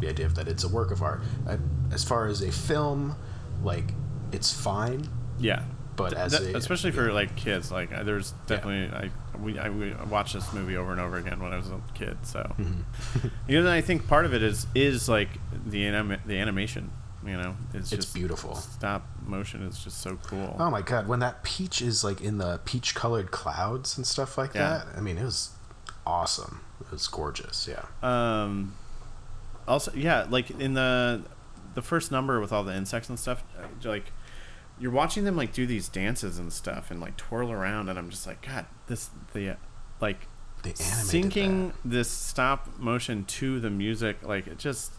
Speaker 3: the idea of that it's a work of art. I, as far as a film, like it's fine,
Speaker 2: Yeah.
Speaker 3: but as
Speaker 2: That-
Speaker 3: a,
Speaker 2: especially for like kids, like I- there's definitely I we I we watched this movie over and over again when I was a kid. So,
Speaker 3: Mm-hmm.
Speaker 2: you know, I think part of it is is like the anim- the animation. You know, it's,
Speaker 3: It's
Speaker 2: just
Speaker 3: beautiful.
Speaker 2: Stop motion is just so cool.
Speaker 3: oh my god, when that peach is like in the peach colored clouds and stuff like
Speaker 2: Yeah.
Speaker 3: that. I mean, it was awesome. It was gorgeous. Yeah,
Speaker 2: Um, also, yeah, like in the the first number with all the insects and stuff, uh, like you're watching them like do these dances and stuff and like twirl around, and I'm just like, God, this the uh, like
Speaker 3: they animated
Speaker 2: syncing
Speaker 3: that.
Speaker 2: this stop motion to the music, like it just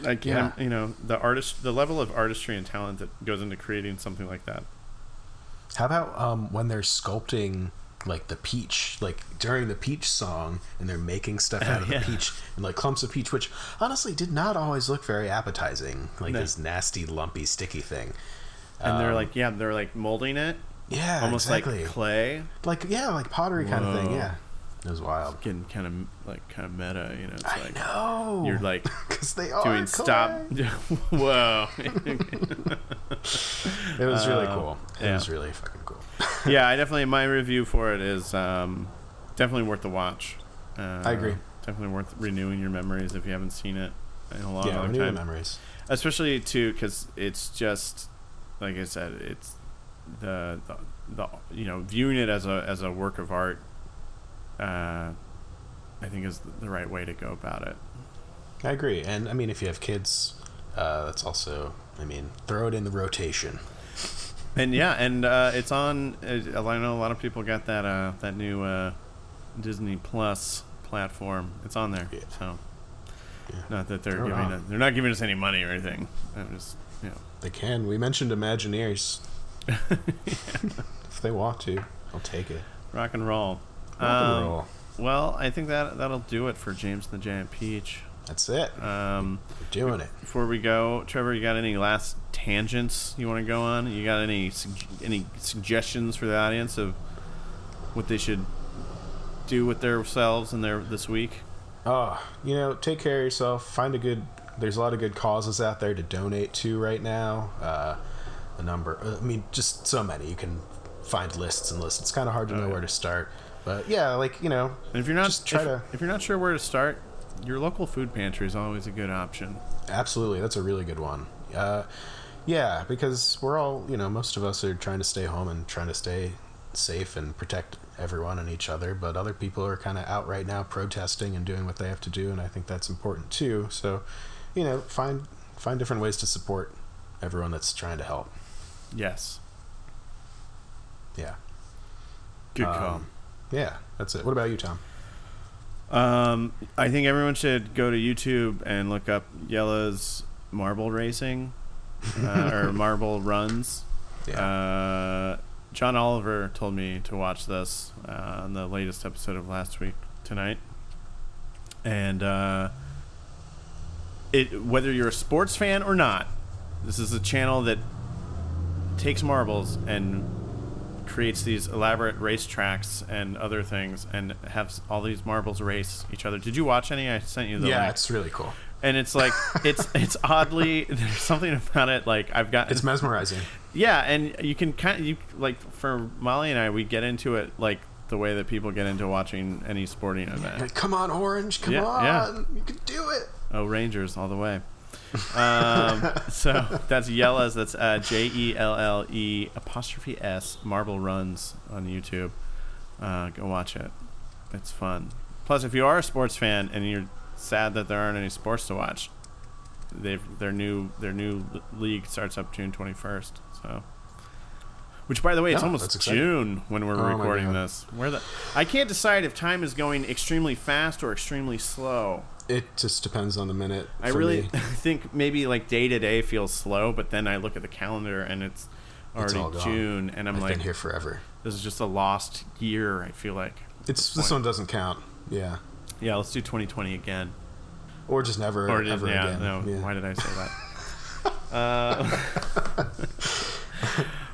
Speaker 2: like you
Speaker 3: Yeah.
Speaker 2: know- you know the artist, the level of artistry and talent that goes into creating something like that.
Speaker 3: How about um, when they're sculpting like the peach, like during the peach song, and they're making stuff out of
Speaker 2: yeah.
Speaker 3: the peach and like clumps of peach, which honestly did not always look very appetizing. Like
Speaker 2: No.
Speaker 3: this nasty, lumpy, sticky thing.
Speaker 2: And they're like, yeah, they're like molding it,
Speaker 3: Yeah,
Speaker 2: almost
Speaker 3: Oh. Ah, exactly.
Speaker 2: like clay,
Speaker 3: like yeah, like pottery kind of
Speaker 2: Whoa.
Speaker 3: thing. Yeah, it was wild.
Speaker 2: getting kind of like kind of meta, you know? It's
Speaker 3: I
Speaker 2: like,
Speaker 3: know.
Speaker 2: You're like
Speaker 3: because they are
Speaker 2: doing stop.
Speaker 3: clay.
Speaker 2: Whoa.
Speaker 3: It was really cool. It
Speaker 2: Oh, yeah.
Speaker 3: was really fucking cool.
Speaker 2: yeah, I definitely my review for it is um, definitely worth the watch. Uh,
Speaker 3: I agree.
Speaker 2: Definitely worth renewing your memories if you haven't seen it in a long
Speaker 3: yeah,
Speaker 2: long
Speaker 3: new
Speaker 2: time.
Speaker 3: memories.
Speaker 2: Especially too, because it's just like I said, it's the, the the you know viewing it as a as a work of art. Uh, I think is the right way to go about it.
Speaker 3: I agree, and I mean, if you have kids, uh, that's also. I mean, throw it in the rotation.
Speaker 2: And yeah, and uh, it's on. Uh, I know a lot of people got that uh, that new uh, Disney Plus platform. It's on there.
Speaker 3: Yeah.
Speaker 2: So not that they're
Speaker 3: Throw it
Speaker 2: giving
Speaker 3: on.
Speaker 2: us, they're not giving us any money or anything. I'm just you know.
Speaker 3: They can. We mentioned Imagineers. if they want to, I'll take it.
Speaker 2: rock and roll.
Speaker 3: Rock and
Speaker 2: Um,
Speaker 3: roll.
Speaker 2: Well, I think that that'll do it for James and the Giant Peach.
Speaker 3: That's it.
Speaker 2: Um,
Speaker 3: We're doing it.
Speaker 2: before we go, Trevor, you got any last tangents you want to go on? You got any sug- any suggestions for the audience of what they should do with themselves and their this week?
Speaker 3: Oh, you know, take care of yourself. Find a good. There's a lot of good causes out there to donate to right now. Uh, a number. uh, I mean, just so many. You can find lists and lists. It's kind of hard to know where to start. But yeah, like you know,
Speaker 2: Oh, And if you're not
Speaker 3: Just try
Speaker 2: if,
Speaker 3: to-
Speaker 2: if you're not sure where to start, your local food pantry is always a good option.
Speaker 3: Absolutely, that's a really good one. Uh, yeah, because we're all, you know, most of us are trying to stay home and trying to stay safe and protect everyone and each other, but other people are kind of out right now protesting and doing what they have to do, and I think that's important too. So, you know, find find different ways to support everyone that's trying to help.
Speaker 2: Yes,
Speaker 3: Yeah,
Speaker 2: good
Speaker 3: Um, yeah, that's it. What about you, Tom?
Speaker 2: call. Um, I think everyone should go to YouTube and look up Yella's marble racing uh, or marble runs.
Speaker 3: Yeah,
Speaker 2: Uh, John Oliver told me to watch this uh, on the latest episode of last week tonight, and uh, it whether you're a sports fan or not, this is a channel that takes marbles and creates these elaborate race tracks and other things, and have all these marbles race each other. Did you watch any? I sent you the
Speaker 3: yeah,
Speaker 2: link.
Speaker 3: it's really cool.
Speaker 2: and it's like it's it's oddly there's something about it like I've got
Speaker 3: It's mesmerizing.
Speaker 2: yeah, and you can kind of you like for Molly and I, we get into it like the way that people get into watching any sporting event.
Speaker 3: Like, come on, Orange, come
Speaker 2: Yeah,
Speaker 3: on,
Speaker 2: yeah.
Speaker 3: you can do it.
Speaker 2: Oh, Rangers all the way. um, so that's Yellas. That's uh, J E L L E apostrophe S Marble Runs on YouTube. Uh, go watch it. It's fun. Plus, if you are a sports fan and you're sad that there aren't any sports to watch, they've their new their new l- league starts up June 21st. So, which by the way, it's
Speaker 3: Oh, that's
Speaker 2: almost
Speaker 3: exciting.
Speaker 2: June when we're
Speaker 3: Oh my
Speaker 2: recording
Speaker 3: God.
Speaker 2: this. Where the I can't decide if time is going extremely fast or extremely slow.
Speaker 3: It just depends on the minute.
Speaker 2: I
Speaker 3: for
Speaker 2: really
Speaker 3: me.
Speaker 2: think maybe like day to day feels slow, but then I look at the calendar and it's already
Speaker 3: all gone.
Speaker 2: June, and I'm
Speaker 3: I've
Speaker 2: like,
Speaker 3: been here forever.
Speaker 2: this is just a lost year. I feel like.
Speaker 3: It's this
Speaker 2: point.
Speaker 3: one doesn't count. Yeah,
Speaker 2: Yeah, let's do 2020 again.
Speaker 3: or just never
Speaker 2: Or
Speaker 3: ever
Speaker 2: yeah,
Speaker 3: again.
Speaker 2: no.
Speaker 3: Yeah.
Speaker 2: Why did I say that? uh,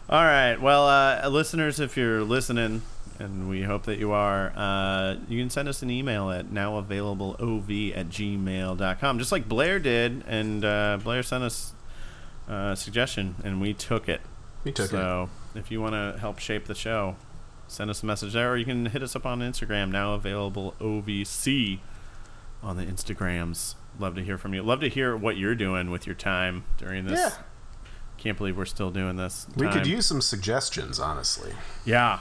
Speaker 2: all right. Well, uh, listeners, if you're listening, and we hope that you are, uh, you can send us an email at nowavailablelov at gmail.com, just like Blair did. And uh, Blair sent us a suggestion, and we took it.
Speaker 3: We took it.
Speaker 2: so if you want to help shape the show, send us a message there, or you can hit us up on Instagram, now available OVC on the Instagrams. Love to hear from you. Love to hear what you're doing with your time during this.
Speaker 3: Yeah.
Speaker 2: Can't believe we're still doing this.
Speaker 3: We
Speaker 2: time.
Speaker 3: could use some suggestions, honestly.
Speaker 2: Yeah.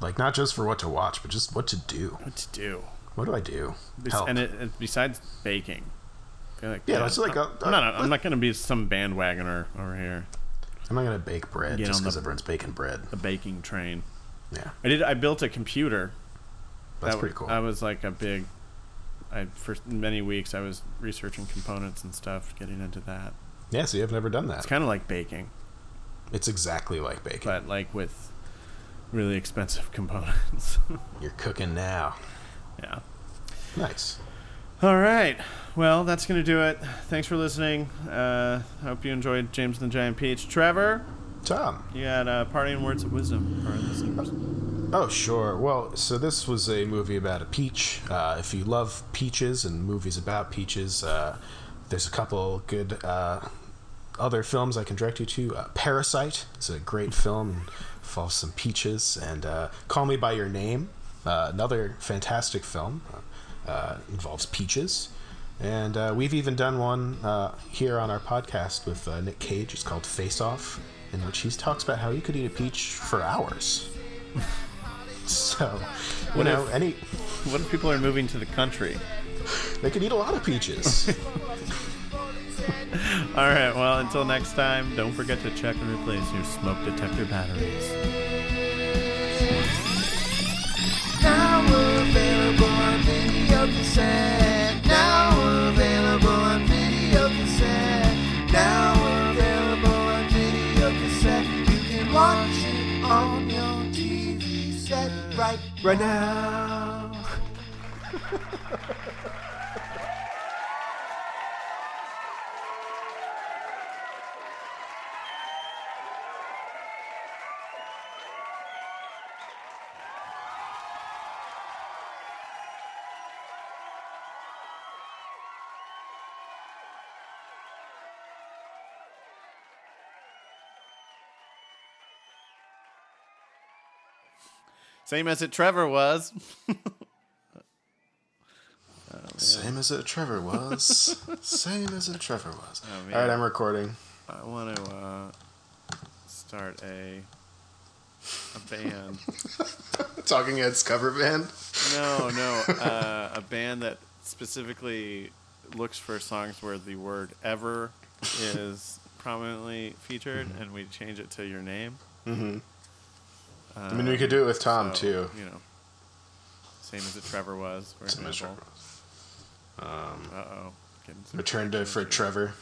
Speaker 3: Like not just for what to watch, but just what to do.
Speaker 2: What to do.
Speaker 3: What do I do?
Speaker 2: Bes-
Speaker 3: Help.
Speaker 2: And it, it- besides baking. I feel like,
Speaker 3: Yeah, that's like
Speaker 2: I'm,
Speaker 3: a-
Speaker 2: I'm not, a, I'm not going to be some bandwagoner over here.
Speaker 3: I'm not gonna bake bread
Speaker 2: Get
Speaker 3: just
Speaker 2: on
Speaker 3: because
Speaker 2: the-
Speaker 3: everyone's baking bread.
Speaker 2: The baking train.
Speaker 3: Yeah,
Speaker 2: I did. I built a computer
Speaker 3: that's
Speaker 2: That- uh,
Speaker 3: pretty cool.
Speaker 2: I was like a big. I for many weeks I was researching components and stuff, getting into that.
Speaker 3: yeah, see, I've never done that.
Speaker 2: It's kind of like baking,
Speaker 3: It's exactly like baking.
Speaker 2: but like with really expensive components.
Speaker 3: You're cooking now.
Speaker 2: yeah.
Speaker 3: Nice.
Speaker 2: All right. Well, that's gonna do it. Thanks for listening. Uh, hope you enjoyed James and the Giant Peach. Trevor,
Speaker 3: Tom.
Speaker 2: you got uh, parting words of wisdom for our listeners.
Speaker 3: Oh, sure. Well, so this was a movie about a peach. Uh, if you love peaches and movies about peaches, uh, there's a couple good uh, other films I can direct you to. Uh, Parasite is a great film, involves some peaches, and uh, Call Me By Your Name, uh, another fantastic film, uh, involves peaches. And uh, we've even done one uh, here on our podcast with uh, Nick Cage. It's called Face Off, in which he talks about how you could eat a peach for hours. So, you
Speaker 2: What
Speaker 3: know,
Speaker 2: if-
Speaker 3: any
Speaker 2: What if people are moving to the country?
Speaker 3: they could eat a lot of peaches.
Speaker 2: All right. Well, until next time, don't forget to check and replace your smoke detector batteries.
Speaker 1: Now available on video cassette. Now available on video cassette. Now available on video cassette. You can watch it on your TV set right, right now.
Speaker 2: Same as it Trevor was.
Speaker 3: Same as it Trevor was. Same as it Trevor was.
Speaker 2: Oh,
Speaker 3: All right, I'm recording.
Speaker 2: I want to uh, start a a band.
Speaker 3: Talking Heads cover band.
Speaker 2: no, no, uh, a band that specifically looks for songs where the word "ever" is prominently featured,
Speaker 3: Mm-hmm.
Speaker 2: and we change it to your name.
Speaker 3: I mean, we could do it with Tom
Speaker 2: So,
Speaker 3: too.
Speaker 2: You know, same as it Trevor was. For
Speaker 3: Same as
Speaker 2: example.
Speaker 3: Trevor Um,
Speaker 2: Uh oh.
Speaker 3: Return to for Trevor.